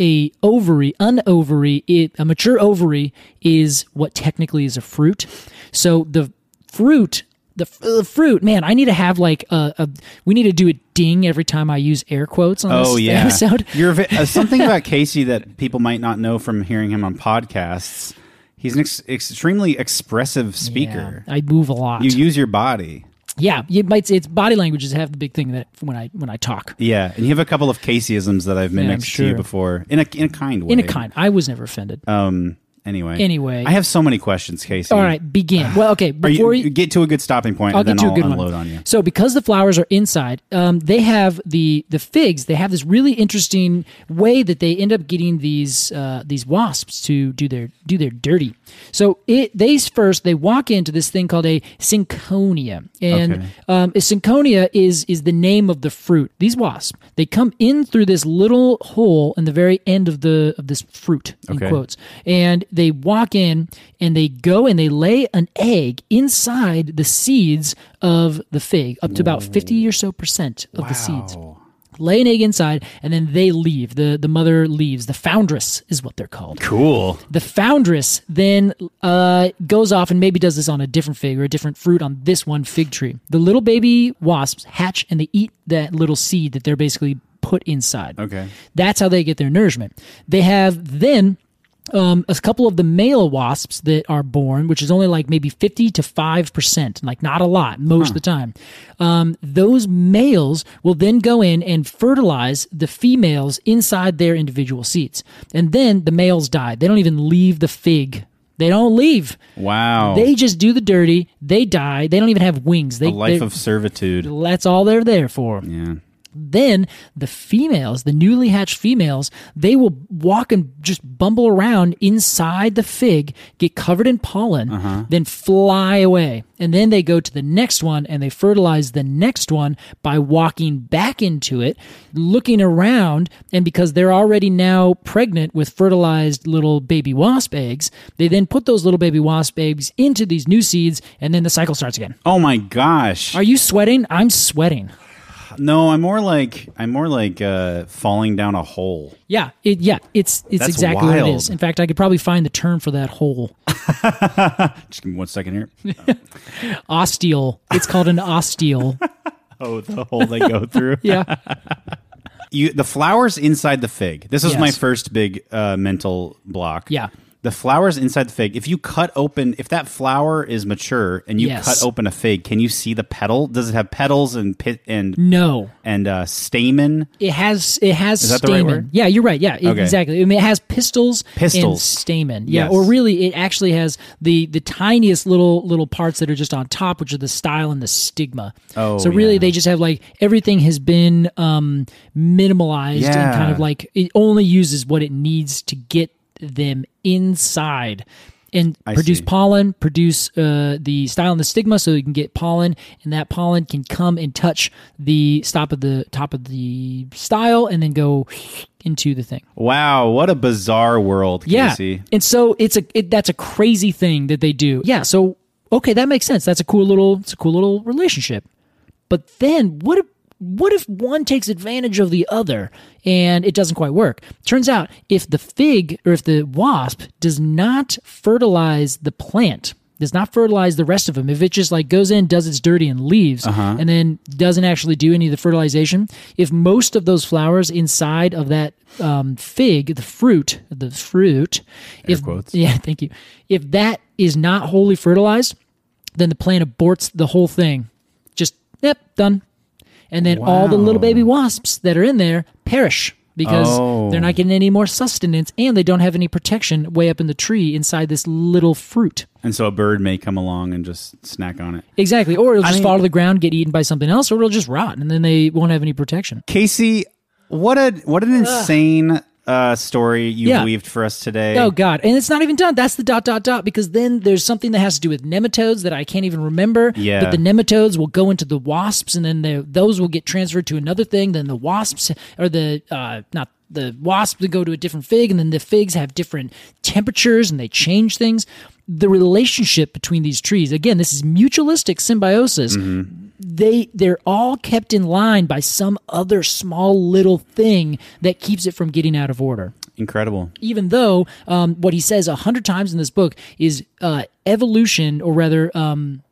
[SPEAKER 2] a ovary, an ovary, it, a mature ovary is what technically is a fruit. So the fruit, the, f- the fruit, man, I need to have like a, a. We need to do a ding every time I use air quotes on
[SPEAKER 1] Oh
[SPEAKER 2] this
[SPEAKER 1] yeah,
[SPEAKER 2] episode.
[SPEAKER 1] You're ve- uh, something about Casey that people might not know from hearing him on podcasts. He's an ex- extremely expressive speaker.
[SPEAKER 2] Yeah, I move a lot.
[SPEAKER 1] You use your body.
[SPEAKER 2] yeah, it might. It's body language is half the big thing that when I when I talk.
[SPEAKER 1] Yeah, and you have a couple of Caseyisms that I've mimicked
[SPEAKER 2] sure.
[SPEAKER 1] to you before in a in a kind way.
[SPEAKER 2] In a kind, I was never offended.
[SPEAKER 1] Um. Anyway.
[SPEAKER 2] Anyway.
[SPEAKER 1] I have so many questions, Casey.
[SPEAKER 2] All right, begin. Well, okay.
[SPEAKER 1] Are you,
[SPEAKER 2] Before you,
[SPEAKER 1] you get to a good stopping point,
[SPEAKER 2] I'll
[SPEAKER 1] and then
[SPEAKER 2] get to
[SPEAKER 1] I'll
[SPEAKER 2] a good
[SPEAKER 1] unload
[SPEAKER 2] one.
[SPEAKER 1] on you.
[SPEAKER 2] So because the flowers are inside, um, they have the the figs. They have this really interesting way that they end up getting these uh, these wasps to do their do their dirty. So it they first they walk into this thing called a synconia, and
[SPEAKER 1] Okay.
[SPEAKER 2] um, a synconia is is the name of the fruit. These wasps they come in through this little hole in the very end of the of this fruit in
[SPEAKER 1] Okay.
[SPEAKER 2] quotes, and they walk in and they go and they lay an egg inside the seeds of the fig, up to about fifty or so percent of the seeds. Lay an egg inside, and then they leave. the The mother leaves. The foundress is what they're called
[SPEAKER 1] Cool.
[SPEAKER 2] the foundress then uh, goes off and maybe does this on a different fig or a different fruit on this one fig tree. The little baby wasps hatch and they eat that little seed that they're basically put inside.
[SPEAKER 1] Okay.
[SPEAKER 2] That's how they get their nourishment. They have then um, a couple of the male wasps that are born, which is only like maybe 50 to 5%, like not a lot most of the time. Um, those males will then go in and fertilize the females inside their individual seeds. And then the males die. They don't even leave the fig. They don't leave.
[SPEAKER 1] Wow.
[SPEAKER 2] They just do the dirty. They die. They don't even have wings. They
[SPEAKER 1] Oh. a life
[SPEAKER 2] they-
[SPEAKER 1] of servitude.
[SPEAKER 2] that's all they're there for.
[SPEAKER 1] Yeah.
[SPEAKER 2] Then the females, the newly hatched females, they will walk and just bumble around inside the fig, get covered in pollen, then fly away. And then they go to the next one and they fertilize the next one by walking back into it, looking around. And because they're already now pregnant with fertilized little baby wasp eggs, they then put those little baby wasp eggs into these new seeds. And then the cycle starts again.
[SPEAKER 1] Oh my gosh.
[SPEAKER 2] Are you sweating? I'm sweating.
[SPEAKER 1] no, I'm more like I'm more like uh, falling down a hole.
[SPEAKER 2] Yeah, it, yeah, it's it's
[SPEAKER 1] That's
[SPEAKER 2] exactly what it
[SPEAKER 1] wild.
[SPEAKER 2] is. In fact, I could probably find the term for that hole.
[SPEAKER 1] Just give me one second here.
[SPEAKER 2] Osteal. It's called an osteal.
[SPEAKER 1] Oh, the hole they go through.
[SPEAKER 2] Yeah,
[SPEAKER 1] You the flowers inside the fig. This is my
[SPEAKER 2] Yes.
[SPEAKER 1] first big uh, mental block.
[SPEAKER 2] Yeah.
[SPEAKER 1] The flowers inside the fig. If you cut open, if that flower is mature and you
[SPEAKER 2] Yes.
[SPEAKER 1] cut open a fig, can you see the petal? Does it have petals and pit
[SPEAKER 2] Mm.
[SPEAKER 1] and
[SPEAKER 2] no,
[SPEAKER 1] and uh, stamen?
[SPEAKER 2] it has it has
[SPEAKER 1] Is that the right
[SPEAKER 2] stamen.
[SPEAKER 1] word?
[SPEAKER 2] Yeah, you're right. Yeah, it-
[SPEAKER 1] Okay.
[SPEAKER 2] exactly. I mean, it has pistils, and
[SPEAKER 1] Pistils.
[SPEAKER 2] stamen. Yeah,
[SPEAKER 1] Yes.
[SPEAKER 2] or really, it actually has the the tiniest little little parts that are just on top, which are the style and the stigma.
[SPEAKER 1] Oh,
[SPEAKER 2] so really,
[SPEAKER 1] yeah.
[SPEAKER 2] they just have like everything has been um minimalized and kind
[SPEAKER 1] Yeah.
[SPEAKER 2] of like it only uses what it needs to get them inside and produce
[SPEAKER 1] see.
[SPEAKER 2] pollen, produce uh, the style and the stigma, so you can get pollen, and that pollen can come and touch the stop of the top of the style, and then go into the thing.
[SPEAKER 1] Wow, what a bizarre world,
[SPEAKER 2] Yeah,
[SPEAKER 1] Casey.
[SPEAKER 2] and so it's a it, that's a crazy thing that they do. Yeah, so okay, that makes sense. That's a cool little it's a cool little relationship. But then what if what if one takes advantage of the other and it doesn't quite work? Turns out if the fig or if the wasp does not fertilize the plant, does not fertilize the rest of them. If it just like goes in, does its dirty and leaves, and then doesn't actually do any of the fertilization. If most of those flowers inside of that um, fig, the fruit, the fruit, if
[SPEAKER 1] quotes.
[SPEAKER 2] yeah, thank you. If that is not wholly fertilized, then the plant aborts the whole thing. Just, yep, done. And then all the little baby wasps that are in there perish because
[SPEAKER 1] Oh.
[SPEAKER 2] they're not getting any more sustenance and they don't have any protection way up in the tree inside this little fruit.
[SPEAKER 1] And so a bird may come along and just snack on it.
[SPEAKER 2] Exactly. Or it'll just
[SPEAKER 1] mean-
[SPEAKER 2] fall to the ground, get eaten by something else, or it'll just rot and then they won't have any protection.
[SPEAKER 1] Casey, what a what an insane uh, story you
[SPEAKER 2] Yeah.
[SPEAKER 1] weaved for us today.
[SPEAKER 2] Oh God! And it's not even done. That's the dot dot dot because then there's something that has to do with nematodes that I can't even remember.
[SPEAKER 1] Yeah.
[SPEAKER 2] But the nematodes will go into the wasps, and then the, those will get transferred to another thing. Then the wasps or the uh, not the wasps go to a different fig, and then the figs have different temperatures and they change things. The relationship between these trees, again, this is mutualistic symbiosis. They they're all kept in line by some other small little thing that keeps it from getting out of order
[SPEAKER 1] Incredible.
[SPEAKER 2] even though um, what he says a hundred times in this book is uh, evolution, or rather, um,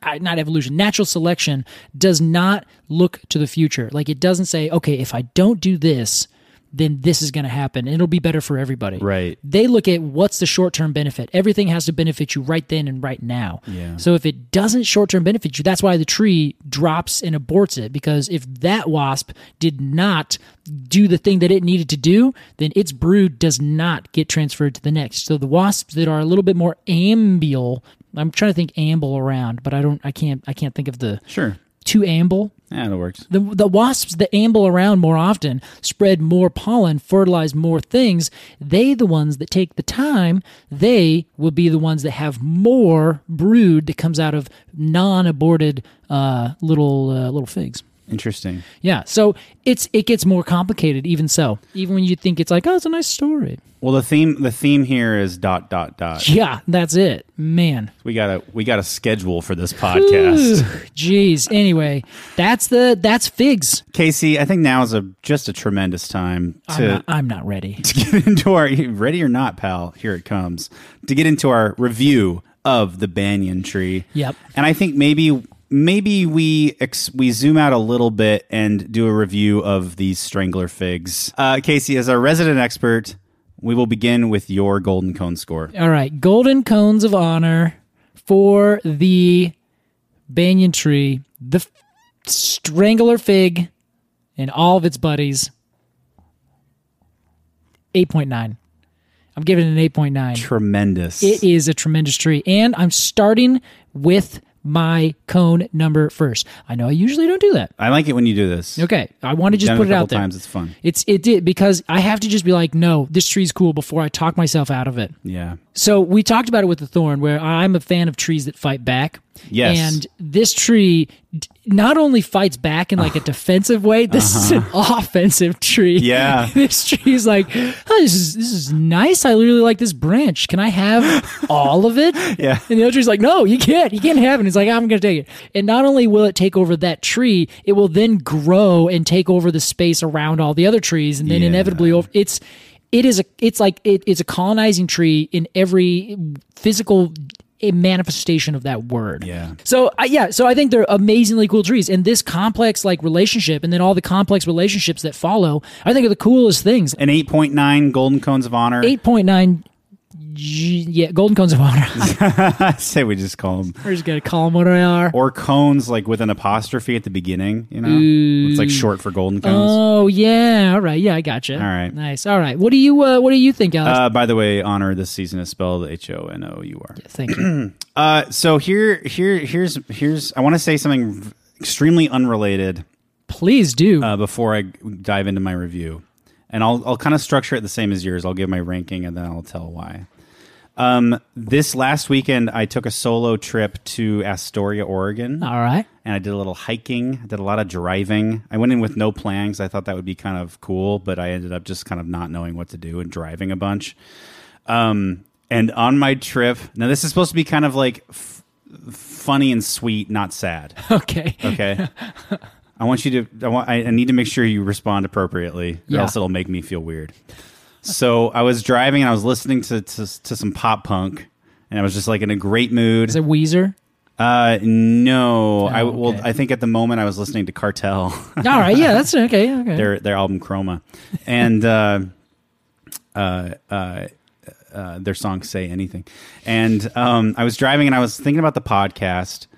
[SPEAKER 2] I- not evolution, natural selection does not look to the future. Like it doesn't say, okay, if I don't do this, then this is going to happen. and It'll be better for everybody.
[SPEAKER 1] Right.
[SPEAKER 2] They look at what's the short term benefit. Everything has to benefit you right then and right now. Yeah. So if it doesn't short term benefit you, that's why the tree drops and aborts it. Because if that wasp did not do the thing that it needed to do, then its brood does not get transferred to the next. So the wasps that are a little bit more ambial, I'm trying to think amble around, but I don't, I can't, I can't think of the
[SPEAKER 1] Sure.
[SPEAKER 2] too amble
[SPEAKER 1] Yeah, that works.
[SPEAKER 2] the, the wasps that amble around more often spread more pollen fertilize more things they the ones that take the time they will be the ones that have more brood that comes out of non-aborted uh, little uh, little figs
[SPEAKER 1] Interesting.
[SPEAKER 2] yeah so it's it gets more complicated even so even when you think it's like oh it's a nice story
[SPEAKER 1] Well, the theme the theme here is dot dot dot.
[SPEAKER 2] yeah that's it man
[SPEAKER 1] We got a we got a schedule for this podcast.
[SPEAKER 2] Ooh, jeez anyway that's the that's figs
[SPEAKER 1] Casey, I think now is a just a tremendous time
[SPEAKER 2] I'm,
[SPEAKER 1] to
[SPEAKER 2] not, I'm not ready
[SPEAKER 1] to get into our ready or not, pal. Here it comes to get into our review of the banyan tree.
[SPEAKER 2] Yep.
[SPEAKER 1] And I think maybe maybe we ex- we zoom out a little bit and do a review of these strangler figs. Uh, Casey, as our resident expert, we will begin with your golden cone score.
[SPEAKER 2] All right, golden cones of honor for the banyan tree, the f- strangler fig, and all of its buddies. Eight point nine. I'm giving it an eight point nine.
[SPEAKER 1] Tremendous.
[SPEAKER 2] It is a tremendous tree, and I'm starting with my cone number first. I know I usually don't do that.
[SPEAKER 1] I like it when you do this.
[SPEAKER 2] Okay, I want to just
[SPEAKER 1] Done
[SPEAKER 2] put
[SPEAKER 1] it
[SPEAKER 2] it
[SPEAKER 1] a couple
[SPEAKER 2] out there.
[SPEAKER 1] times. It's fun.
[SPEAKER 2] It's it did because I have to just be like, no, this tree's cool before I talk myself out of it.
[SPEAKER 1] Yeah.
[SPEAKER 2] So we talked about it with the thorn, where I'm a fan of trees that fight back.
[SPEAKER 1] Yes.
[SPEAKER 2] And this tree d- not only fights back in like a defensive way, this is an offensive tree.
[SPEAKER 1] Uh-huh. Yeah.
[SPEAKER 2] this tree is like, oh, this is this is nice. I really like this branch. Can I have all of it?
[SPEAKER 1] Yeah.
[SPEAKER 2] And the other tree's like, no, you can't. You can't have it. He's like, I'm going to take it. And not only will it take over that tree, it will then grow and take over the space around all the other trees, and then
[SPEAKER 1] Yeah.
[SPEAKER 2] inevitably over. It's it is a it's like it, it's a colonizing tree in every physical eh, manifestation of that word.
[SPEAKER 1] Yeah.
[SPEAKER 2] So I yeah, so I think they're amazingly cool trees, and this complex like relationship, and then all the complex relationships that follow, I think are the coolest things.
[SPEAKER 1] An 8.9 Golden Cones of Honor.
[SPEAKER 2] Eight point nine, G, yeah, golden cones of honor.
[SPEAKER 1] I say we just call them.
[SPEAKER 2] We're just gonna call them what they are.
[SPEAKER 1] Or cones, like with an apostrophe at the beginning, you know?
[SPEAKER 2] Mm.
[SPEAKER 1] It's like short for golden cones.
[SPEAKER 2] Oh yeah, all right, yeah, I gotcha. All
[SPEAKER 1] right.
[SPEAKER 2] nice. All right, what do you uh, what do you think, Alex?
[SPEAKER 1] Uh, by the way, honor this season is spelled H O N O U R.
[SPEAKER 2] Thank you.
[SPEAKER 1] Uh, so here, here, here's, here's. I want to say something v- extremely unrelated
[SPEAKER 2] Please do.
[SPEAKER 1] uh, before I dive into my review, and I'll, I'll kind of structure it the same as yours. I'll give my ranking and then I'll tell why. Um, this last weekend, I took a solo trip to Astoria, Oregon.
[SPEAKER 2] all right.
[SPEAKER 1] and I did a little hiking. I did a lot of driving. I went in with no plans. I thought that would be kind of cool, but I ended up just kind of not knowing what to do and driving a bunch. Um, and on my trip, now this is supposed to be kind of like f- funny and sweet, not sad.
[SPEAKER 2] Okay.
[SPEAKER 1] Okay. I want you to. I, want, I I need to make sure you respond appropriately, or
[SPEAKER 2] Yeah.
[SPEAKER 1] else it'll make me feel weird. So I was driving and I was listening to to, to some pop punk, and I was just like in a great mood.
[SPEAKER 2] Is it Weezer?
[SPEAKER 1] Uh, no. I well,
[SPEAKER 2] okay.
[SPEAKER 1] I think at the moment I was listening to Cartel,
[SPEAKER 2] All right, yeah, that's okay. Okay.
[SPEAKER 1] their their album Chroma, and uh, uh, uh, uh, their song Say Anything. And um, I was driving and I was thinking about the podcast,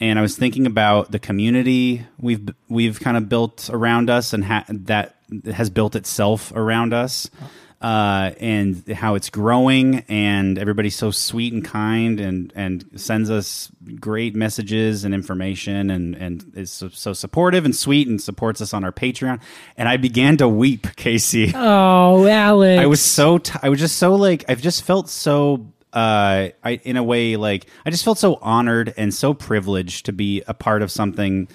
[SPEAKER 1] and I was thinking about the community we've we've kind of built around us, and ha- that has built itself around us. Uh, and how it's growing, and everybody's so sweet and kind, and and sends us great messages and information, and and is so, so supportive and sweet, and supports us on our Patreon. And I began to weep, Casey.
[SPEAKER 2] Oh, Alex.
[SPEAKER 1] I was so t- I was just so like I've just felt so uh I in a way like I just felt so honored and so privileged to be a part of something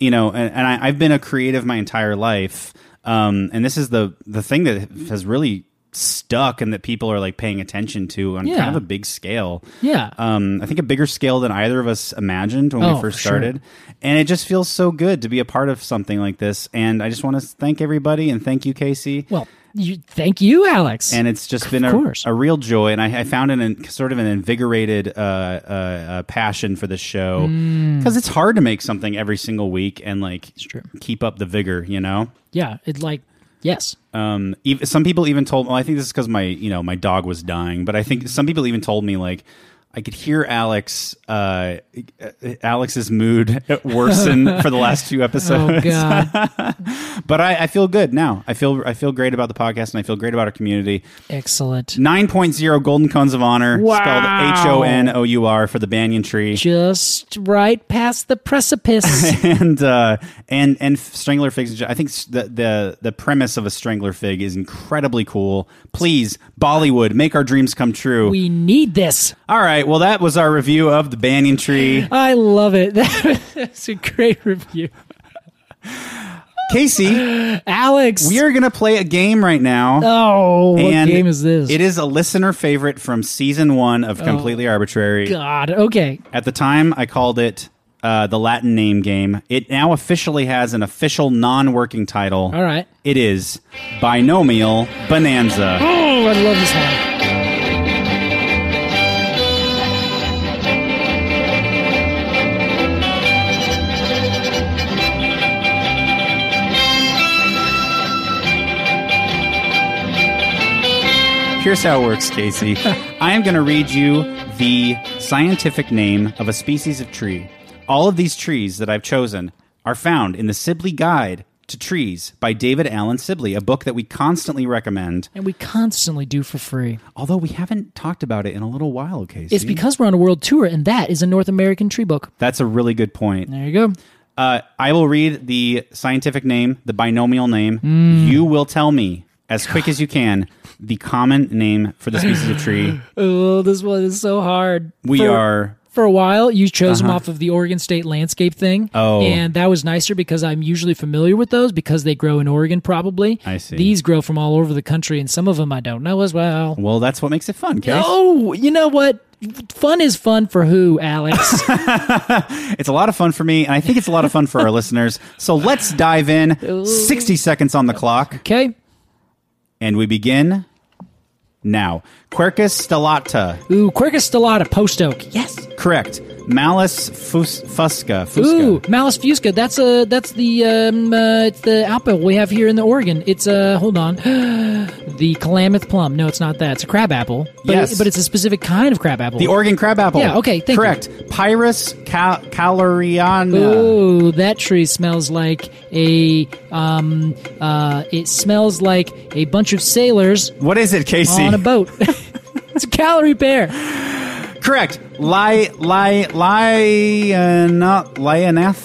[SPEAKER 1] you know and, and I, I've been a creative my entire life Um, and this is the the thing that has really stuck and that people are like paying attention to on
[SPEAKER 2] Yeah.
[SPEAKER 1] kind of a big scale.
[SPEAKER 2] Yeah.
[SPEAKER 1] Um, I think a bigger scale than either of us imagined when
[SPEAKER 2] Oh,
[SPEAKER 1] we first
[SPEAKER 2] for sure.
[SPEAKER 1] started. And it just feels so good to be a part of something like this. And I just want to thank everybody and thank you, Casey.
[SPEAKER 2] Well, you, thank you, Alex.
[SPEAKER 1] and it's just been a,
[SPEAKER 2] course.
[SPEAKER 1] a real joy. And I, I found an, an sort of an invigorated uh, uh, uh, passion for the show because it's hard to make something every single week and like
[SPEAKER 2] Mm. true.
[SPEAKER 1] keep up the vigor, you know.
[SPEAKER 2] yeah, it like yes.
[SPEAKER 1] Um, ev some people even told. Well, I think this is because my you know my dog was dying, but I think some people even told me like. I could hear Alex, uh, uh, Alex's mood worsen for the last two
[SPEAKER 2] Oh
[SPEAKER 1] episodes.
[SPEAKER 2] God.
[SPEAKER 1] But I, I feel good now. I feel I feel great about the podcast, and I feel great about our community.
[SPEAKER 2] Excellent.
[SPEAKER 1] 9.0 Golden Cones of Honor,
[SPEAKER 2] Wow.
[SPEAKER 1] spelled H O N O U R for the banyan tree.
[SPEAKER 2] Just right past the precipice.
[SPEAKER 1] And uh, and and strangler figs. and j- I think s- the, the the premise of a strangler fig is incredibly cool. Please, Bollywood, make our dreams come true.
[SPEAKER 2] we need this.
[SPEAKER 1] All right, well, that was our review of the banyan tree.
[SPEAKER 2] I love it. That's a great review.
[SPEAKER 1] Casey,
[SPEAKER 2] Alex.
[SPEAKER 1] we are gonna play a game right now.
[SPEAKER 2] Oh, what
[SPEAKER 1] and
[SPEAKER 2] game is this? Oh,
[SPEAKER 1] It is a listener favorite from season one of Completely Arbitrary.
[SPEAKER 2] God. Okay.
[SPEAKER 1] At the time, I called it uh, the Latin name game. It now officially has an official non working title.
[SPEAKER 2] All right.
[SPEAKER 1] It is Binomial Bonanza.
[SPEAKER 2] Oh, I love this one.
[SPEAKER 1] Here's how it works, Casey. I am going to read you the scientific name of a species of tree. All of these trees that I've chosen are found in the Sibley Guide to Trees by David Allen Sibley, a book that we constantly recommend,
[SPEAKER 2] And we constantly do for free.
[SPEAKER 1] although we haven't talked about it in a little while, Casey.
[SPEAKER 2] It's because we're on a world tour, and that is a North American tree book.
[SPEAKER 1] That's a really good point.
[SPEAKER 2] There you go.
[SPEAKER 1] Uh, I will read the scientific name, the binomial name.
[SPEAKER 2] Mm.
[SPEAKER 1] You will tell me as quick as you can the common name for the species of tree.
[SPEAKER 2] Oh, this one is so hard.
[SPEAKER 1] We
[SPEAKER 2] For-
[SPEAKER 1] are Uh-huh.
[SPEAKER 2] For a while, you chose them off of the Oregon State landscape thing.
[SPEAKER 1] Oh.
[SPEAKER 2] And that was nicer because I'm usually familiar with those because they grow in Oregon, probably.
[SPEAKER 1] I see.
[SPEAKER 2] These grow from all over the country, and some of them I don't know as well.
[SPEAKER 1] well. That's what makes it fun, Case.
[SPEAKER 2] Oh, you know what? Fun is fun for who, Alex?
[SPEAKER 1] It's a lot of fun for me, and I think it's a lot of fun for our listeners. So let's dive in. Sixty seconds on the clock,
[SPEAKER 2] okay.
[SPEAKER 1] and we begin now. Quercus stellata,
[SPEAKER 2] Ooh, Quercus stellata, post oak. Yes.
[SPEAKER 1] correct. Malus fus- fusca, fusca.
[SPEAKER 2] Ooh, Malus fusca. That's a that's the um uh, it's the apple we have here in the Oregon. It's uh hold on, the Klamath plum. No, it's not that. It's a crab apple. But
[SPEAKER 1] Yes.
[SPEAKER 2] but it's a specific kind of crab apple.
[SPEAKER 1] The Oregon crabapple.
[SPEAKER 2] Yeah, okay, thank you.
[SPEAKER 1] correct. Pyrus cal- caloriana.
[SPEAKER 2] Ooh, that tree smells like a um uh it smells like a bunch of sailors
[SPEAKER 1] What is it, Casey?
[SPEAKER 2] on a boat. it's a calorie pear.
[SPEAKER 1] Correct. Li li liona-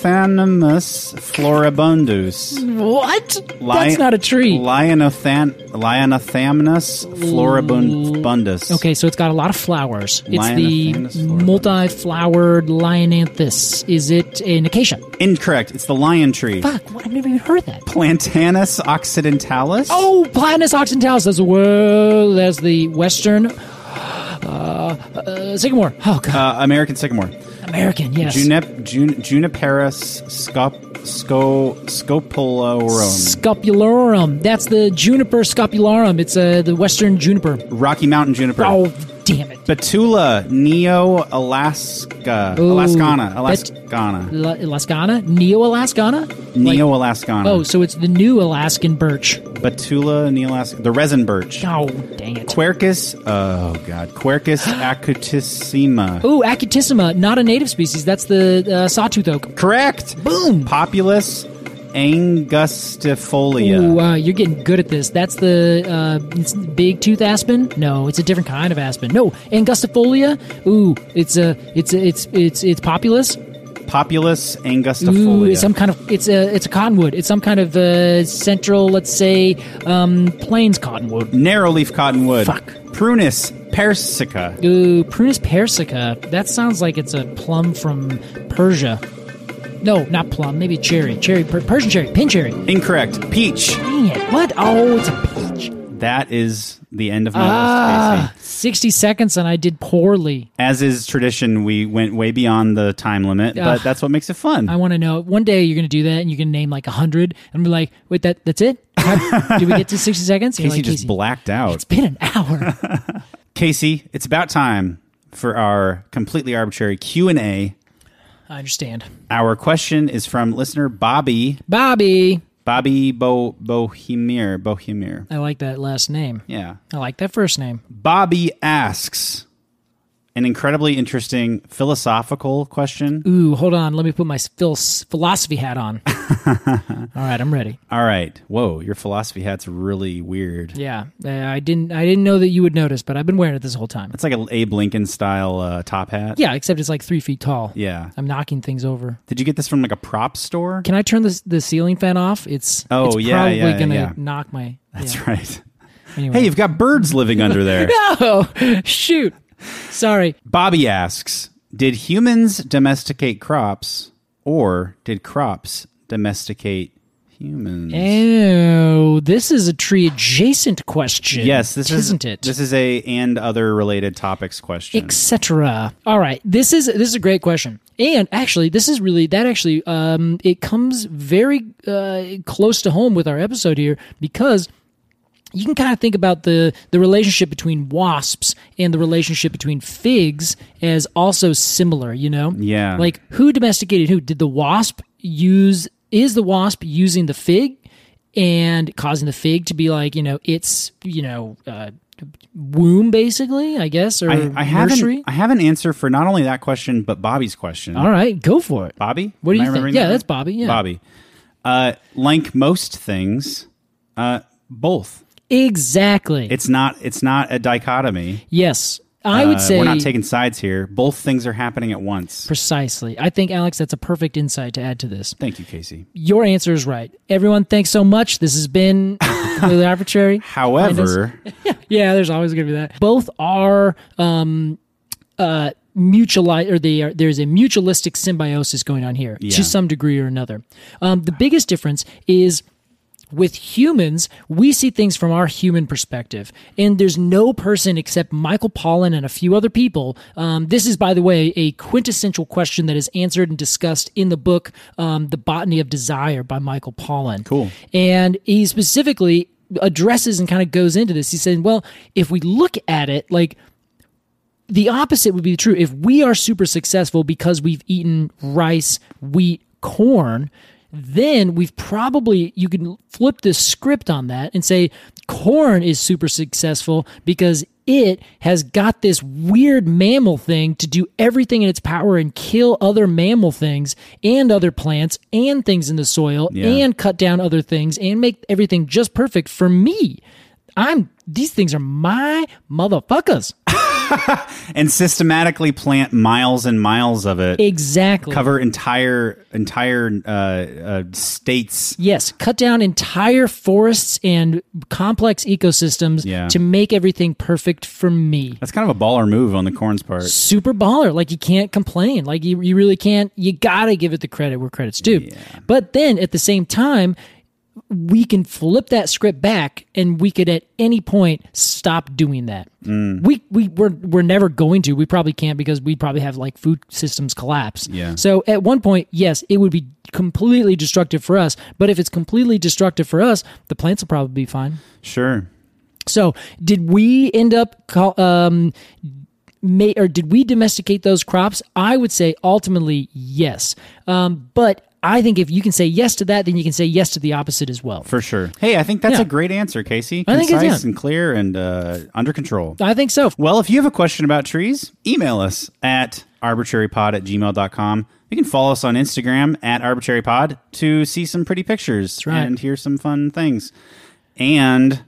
[SPEAKER 1] Lionathanamus floribundus.
[SPEAKER 2] What?
[SPEAKER 1] Li-
[SPEAKER 2] That's not a tree.
[SPEAKER 1] Lionathan Lionathamnus floribundus.
[SPEAKER 2] Mm, Okay, so it's got a lot of flowers. It's
[SPEAKER 1] Lionanthinus
[SPEAKER 2] the
[SPEAKER 1] floribundus.
[SPEAKER 2] multi-flowered lionanthus. Is it an acacia?
[SPEAKER 1] Incorrect. It's the lion tree.
[SPEAKER 2] Fuck, what? I've never even heard that.
[SPEAKER 1] Plantanus occidentalis.
[SPEAKER 2] Oh, Platanus occidentalis. That's the world. That's the western uh, uh, sycamore. Oh god,
[SPEAKER 1] Uh, American sycamore.
[SPEAKER 2] American. Yes.
[SPEAKER 1] Junip, jun, juniperus scop, sco, scopularum.
[SPEAKER 2] Scopularum. That's the juniper scopularum. It's uh, the western juniper.
[SPEAKER 1] Rocky Mountain juniper.
[SPEAKER 2] Oh, damn it.
[SPEAKER 1] Betula neo Alaska Alaskana Alaskana
[SPEAKER 2] Oh, La- Alaskana? Neo-Alaskana? Like-
[SPEAKER 1] neo Alaskana.
[SPEAKER 2] oh, so it's the new Alaskan birch.
[SPEAKER 1] Betula neo Alaska the resin birch.
[SPEAKER 2] Oh, dang it.
[SPEAKER 1] Quercus oh god Quercus acutissima.
[SPEAKER 2] Oh, Acutissima, not a native species. That's the uh, sawtooth oak.
[SPEAKER 1] Correct.
[SPEAKER 2] Boom.
[SPEAKER 1] Populus angustifolia.
[SPEAKER 2] Ooh, uh, you're getting good at this. That's the uh, it's big tooth aspen. No, it's a different kind of aspen. No, angustifolia. Ooh, it's a it's a, it's it's it's populous.
[SPEAKER 1] Populus
[SPEAKER 2] Ooh, it's
[SPEAKER 1] angustifolia.
[SPEAKER 2] some kind of it's a it's a cottonwood. It's some kind of uh, central, let's say, um, plains cottonwood.
[SPEAKER 1] Narrowleaf cottonwood.
[SPEAKER 2] Fuck.
[SPEAKER 1] Prunus persica.
[SPEAKER 2] Ooh, Prunus persica. That sounds like it's a plum from Persia. No, not plum. Maybe cherry. Cherry. Per- Persian cherry. Pin cherry.
[SPEAKER 1] Incorrect. Peach.
[SPEAKER 2] Dang it. What? Oh, it's a peach.
[SPEAKER 1] That is the end of my list,
[SPEAKER 2] Ah,
[SPEAKER 1] Casey.
[SPEAKER 2] 60 seconds and I did poorly.
[SPEAKER 1] As is tradition, we went way beyond the time limit, but that's what makes it fun.
[SPEAKER 2] I want to know. One day you're going to do that and you can name like 100 and be like, wait, that that's it? How- Did we get to 60 seconds? And
[SPEAKER 1] Casey
[SPEAKER 2] you're like,
[SPEAKER 1] just blacked out.
[SPEAKER 2] It's been an hour.
[SPEAKER 1] Casey, it's about time for our completely arbitrary Q&A.
[SPEAKER 2] I understand.
[SPEAKER 1] Our question is from listener Bobby,
[SPEAKER 2] Bobby.
[SPEAKER 1] Bobby Bo Bohemir, Bohemir.
[SPEAKER 2] I like that last name.
[SPEAKER 1] Yeah.
[SPEAKER 2] I like that first name.
[SPEAKER 1] Bobby asks an incredibly interesting philosophical question.
[SPEAKER 2] Ooh, hold on. Let me put my phil- philosophy hat on. All right, I'm ready.
[SPEAKER 1] All right. Whoa, your philosophy hat's really weird.
[SPEAKER 2] Yeah, uh, I didn't. I didn't know that you would notice, but I've been wearing it this whole time.
[SPEAKER 1] It's like a Abe Lincoln style uh, top hat.
[SPEAKER 2] Yeah, except it's like three feet tall.
[SPEAKER 1] Yeah.
[SPEAKER 2] I'm knocking things over.
[SPEAKER 1] Did you get this from like a prop store?
[SPEAKER 2] Can I turn this the ceiling fan off? It's
[SPEAKER 1] Oh,
[SPEAKER 2] it's
[SPEAKER 1] yeah,
[SPEAKER 2] probably
[SPEAKER 1] yeah,
[SPEAKER 2] gonna
[SPEAKER 1] yeah.
[SPEAKER 2] knock my.
[SPEAKER 1] That's
[SPEAKER 2] yeah.
[SPEAKER 1] right.
[SPEAKER 2] Anyway.
[SPEAKER 1] Hey, you've got birds living under there.
[SPEAKER 2] Oh shoot! Sorry.
[SPEAKER 1] Bobby asks Did humans domesticate crops or did crops domesticate humans?
[SPEAKER 2] Oh, this is a tree adjacent question.
[SPEAKER 1] yes, this
[SPEAKER 2] isn't
[SPEAKER 1] is,
[SPEAKER 2] it.
[SPEAKER 1] This is a and other related topics question.
[SPEAKER 2] etc. All right, this is this is a great question, and actually, this is really that actually um, it comes very uh, close to home with our episode here because you can kind of think about the the relationship between wasps and the relationship between figs as also similar. You know,
[SPEAKER 1] Yeah.
[SPEAKER 2] like who domesticated who? Did the wasp use? Is the wasp using the fig? And causing the fig to be like you know its you know uh, womb basically I guess or
[SPEAKER 1] I, I have an,
[SPEAKER 2] uh, nursery.
[SPEAKER 1] I have an answer for not only that question but Bobby's question.
[SPEAKER 2] All right, go for it.
[SPEAKER 1] Bobby,
[SPEAKER 2] What do
[SPEAKER 1] Am
[SPEAKER 2] you
[SPEAKER 1] I
[SPEAKER 2] think?
[SPEAKER 1] remembering
[SPEAKER 2] Yeah,
[SPEAKER 1] that
[SPEAKER 2] that's
[SPEAKER 1] right?
[SPEAKER 2] Bobby, yeah.
[SPEAKER 1] Bobby. Uh, like most things, uh, both.
[SPEAKER 2] Exactly.
[SPEAKER 1] It's not. It's not a dichotomy.
[SPEAKER 2] yes, I
[SPEAKER 1] Uh,
[SPEAKER 2] would say
[SPEAKER 1] we're not taking sides here. Both things are happening at once.
[SPEAKER 2] precisely. I think Alex, that's a perfect insight to add to this.
[SPEAKER 1] Thank you, Casey.
[SPEAKER 2] Your answer is right. Everyone, thanks so much. This has been completely arbitrary.
[SPEAKER 1] However,
[SPEAKER 2] Yeah, there's always going to be that. Both are um uh mutual or they are there's a mutualistic symbiosis going on here
[SPEAKER 1] Yeah.
[SPEAKER 2] to some degree or another. Um the biggest difference is with humans, we see things from our human perspective. And there's no person except Michael Pollan and a few other people. Um, this is, by the way, a quintessential question that is answered and discussed in the book, um, The Botany of Desire by Michael Pollan. Cool. And he specifically addresses and kind of goes into this. He's saying, well, if we look at it, like, the opposite would be true. If we are super successful because we've eaten rice, wheat, corn, then we've probably, you can flip the script on that and say corn is super successful because it has got this weird mammal thing to do everything in its power and kill other mammal things and other plants and things in the soil and cut down other things and make everything just perfect for me. I'm, these things are my motherfuckers.
[SPEAKER 1] and systematically plant miles and miles of it.
[SPEAKER 2] Exactly.
[SPEAKER 1] Cover entire entire uh, uh, states.
[SPEAKER 2] Yes, cut down entire forests and complex ecosystems
[SPEAKER 1] Yeah.
[SPEAKER 2] to make everything perfect for me.
[SPEAKER 1] That's kind of a baller move on the corn's part.
[SPEAKER 2] Super baller. Like, you can't complain. Like, you, you really can't. You gotta give it the credit where credit's due. But then at the same time, we can flip that script back and we could at any point stop doing that. We, we, we're, we're never going to. We probably can't because we'd probably have like food systems collapse.
[SPEAKER 1] Yeah.
[SPEAKER 2] So at one point, yes, it would be completely destructive for us. But if it's completely destructive for us, the plants will probably be fine.
[SPEAKER 1] Sure.
[SPEAKER 2] So, did we end up call, um, ma- or did we domesticate those crops? I would say ultimately yes. Um, but I think if you can say yes to that, then you can say yes to the opposite as well.
[SPEAKER 1] For sure. Hey, I think that's
[SPEAKER 2] Yeah.
[SPEAKER 1] a great answer, Casey.
[SPEAKER 2] I think
[SPEAKER 1] Concise
[SPEAKER 2] it's- yeah.
[SPEAKER 1] and clear and uh, under control.
[SPEAKER 2] I think so.
[SPEAKER 1] Well, if you have a question about trees, email us at arbitrarypod at gmail.com. You can follow us on Instagram at arbitrarypod to see some pretty pictures
[SPEAKER 2] right.
[SPEAKER 1] and hear some fun things. And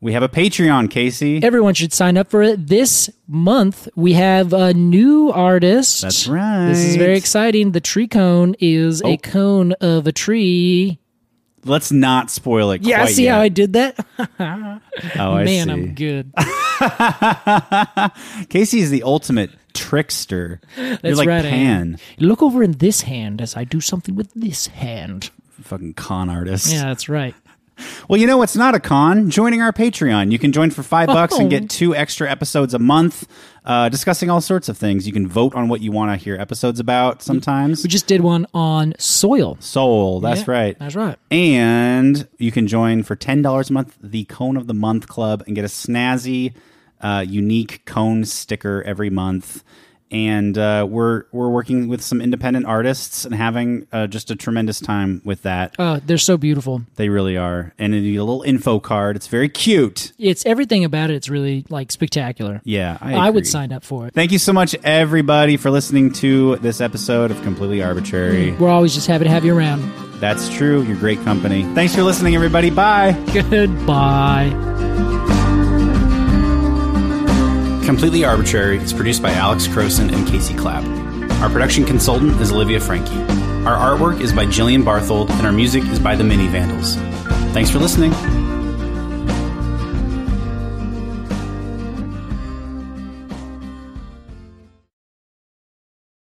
[SPEAKER 1] we have a Patreon, Casey.
[SPEAKER 2] Everyone should sign up for it. This month we have a new artist.
[SPEAKER 1] That's right. Oh.
[SPEAKER 2] This is very exciting. The tree cone is a cone of a tree.
[SPEAKER 1] Let's not spoil it.
[SPEAKER 2] Yeah,
[SPEAKER 1] quite
[SPEAKER 2] see how I
[SPEAKER 1] yet.
[SPEAKER 2] did that?
[SPEAKER 1] oh, I
[SPEAKER 2] Man,
[SPEAKER 1] see.
[SPEAKER 2] I'm good.
[SPEAKER 1] Casey is the ultimate trickster. You're
[SPEAKER 2] That's
[SPEAKER 1] like
[SPEAKER 2] right. I am.
[SPEAKER 1] Pan,
[SPEAKER 2] Look over in this hand as I do something with this hand.
[SPEAKER 1] fucking con artist.
[SPEAKER 2] Yeah, that's right.
[SPEAKER 1] Well, you know what's not a con? Joining our Patreon. You can join for five bucks
[SPEAKER 2] Oh.
[SPEAKER 1] and get two extra episodes a month, uh, discussing all sorts of things. You can vote on what you want to hear episodes
[SPEAKER 2] Mm.
[SPEAKER 1] about. Sometimes
[SPEAKER 2] We just did one on soil.
[SPEAKER 1] soul. That's
[SPEAKER 2] Yeah,
[SPEAKER 1] right.
[SPEAKER 2] That's right.
[SPEAKER 1] And you can join for ten dollars a month the Cone of the Month Club and get a snazzy, uh, unique cone sticker every month. And uh, we're we're working with some independent artists and having uh, just a tremendous time with that.
[SPEAKER 2] Oh, they're so beautiful.
[SPEAKER 1] They really are. And a little info card. It's very cute.
[SPEAKER 2] It's everything about it. It's really like spectacular.
[SPEAKER 1] Yeah, I,
[SPEAKER 2] I, would
[SPEAKER 1] agree.
[SPEAKER 2] sign up for it.
[SPEAKER 1] Thank you so much, everybody, for listening to this episode of Completely Arbitrary.
[SPEAKER 2] We're always just happy to have you around.
[SPEAKER 1] That's true. You're great company. Thanks for listening, everybody. Bye.
[SPEAKER 2] Goodbye.
[SPEAKER 1] Completely Arbitrary is produced by Alex Croson and Casey Clapp. Our production consultant is Olivia Frankie. Our artwork is by Jillian Barthold, and our music is by The Mini Vandals. Thanks for listening.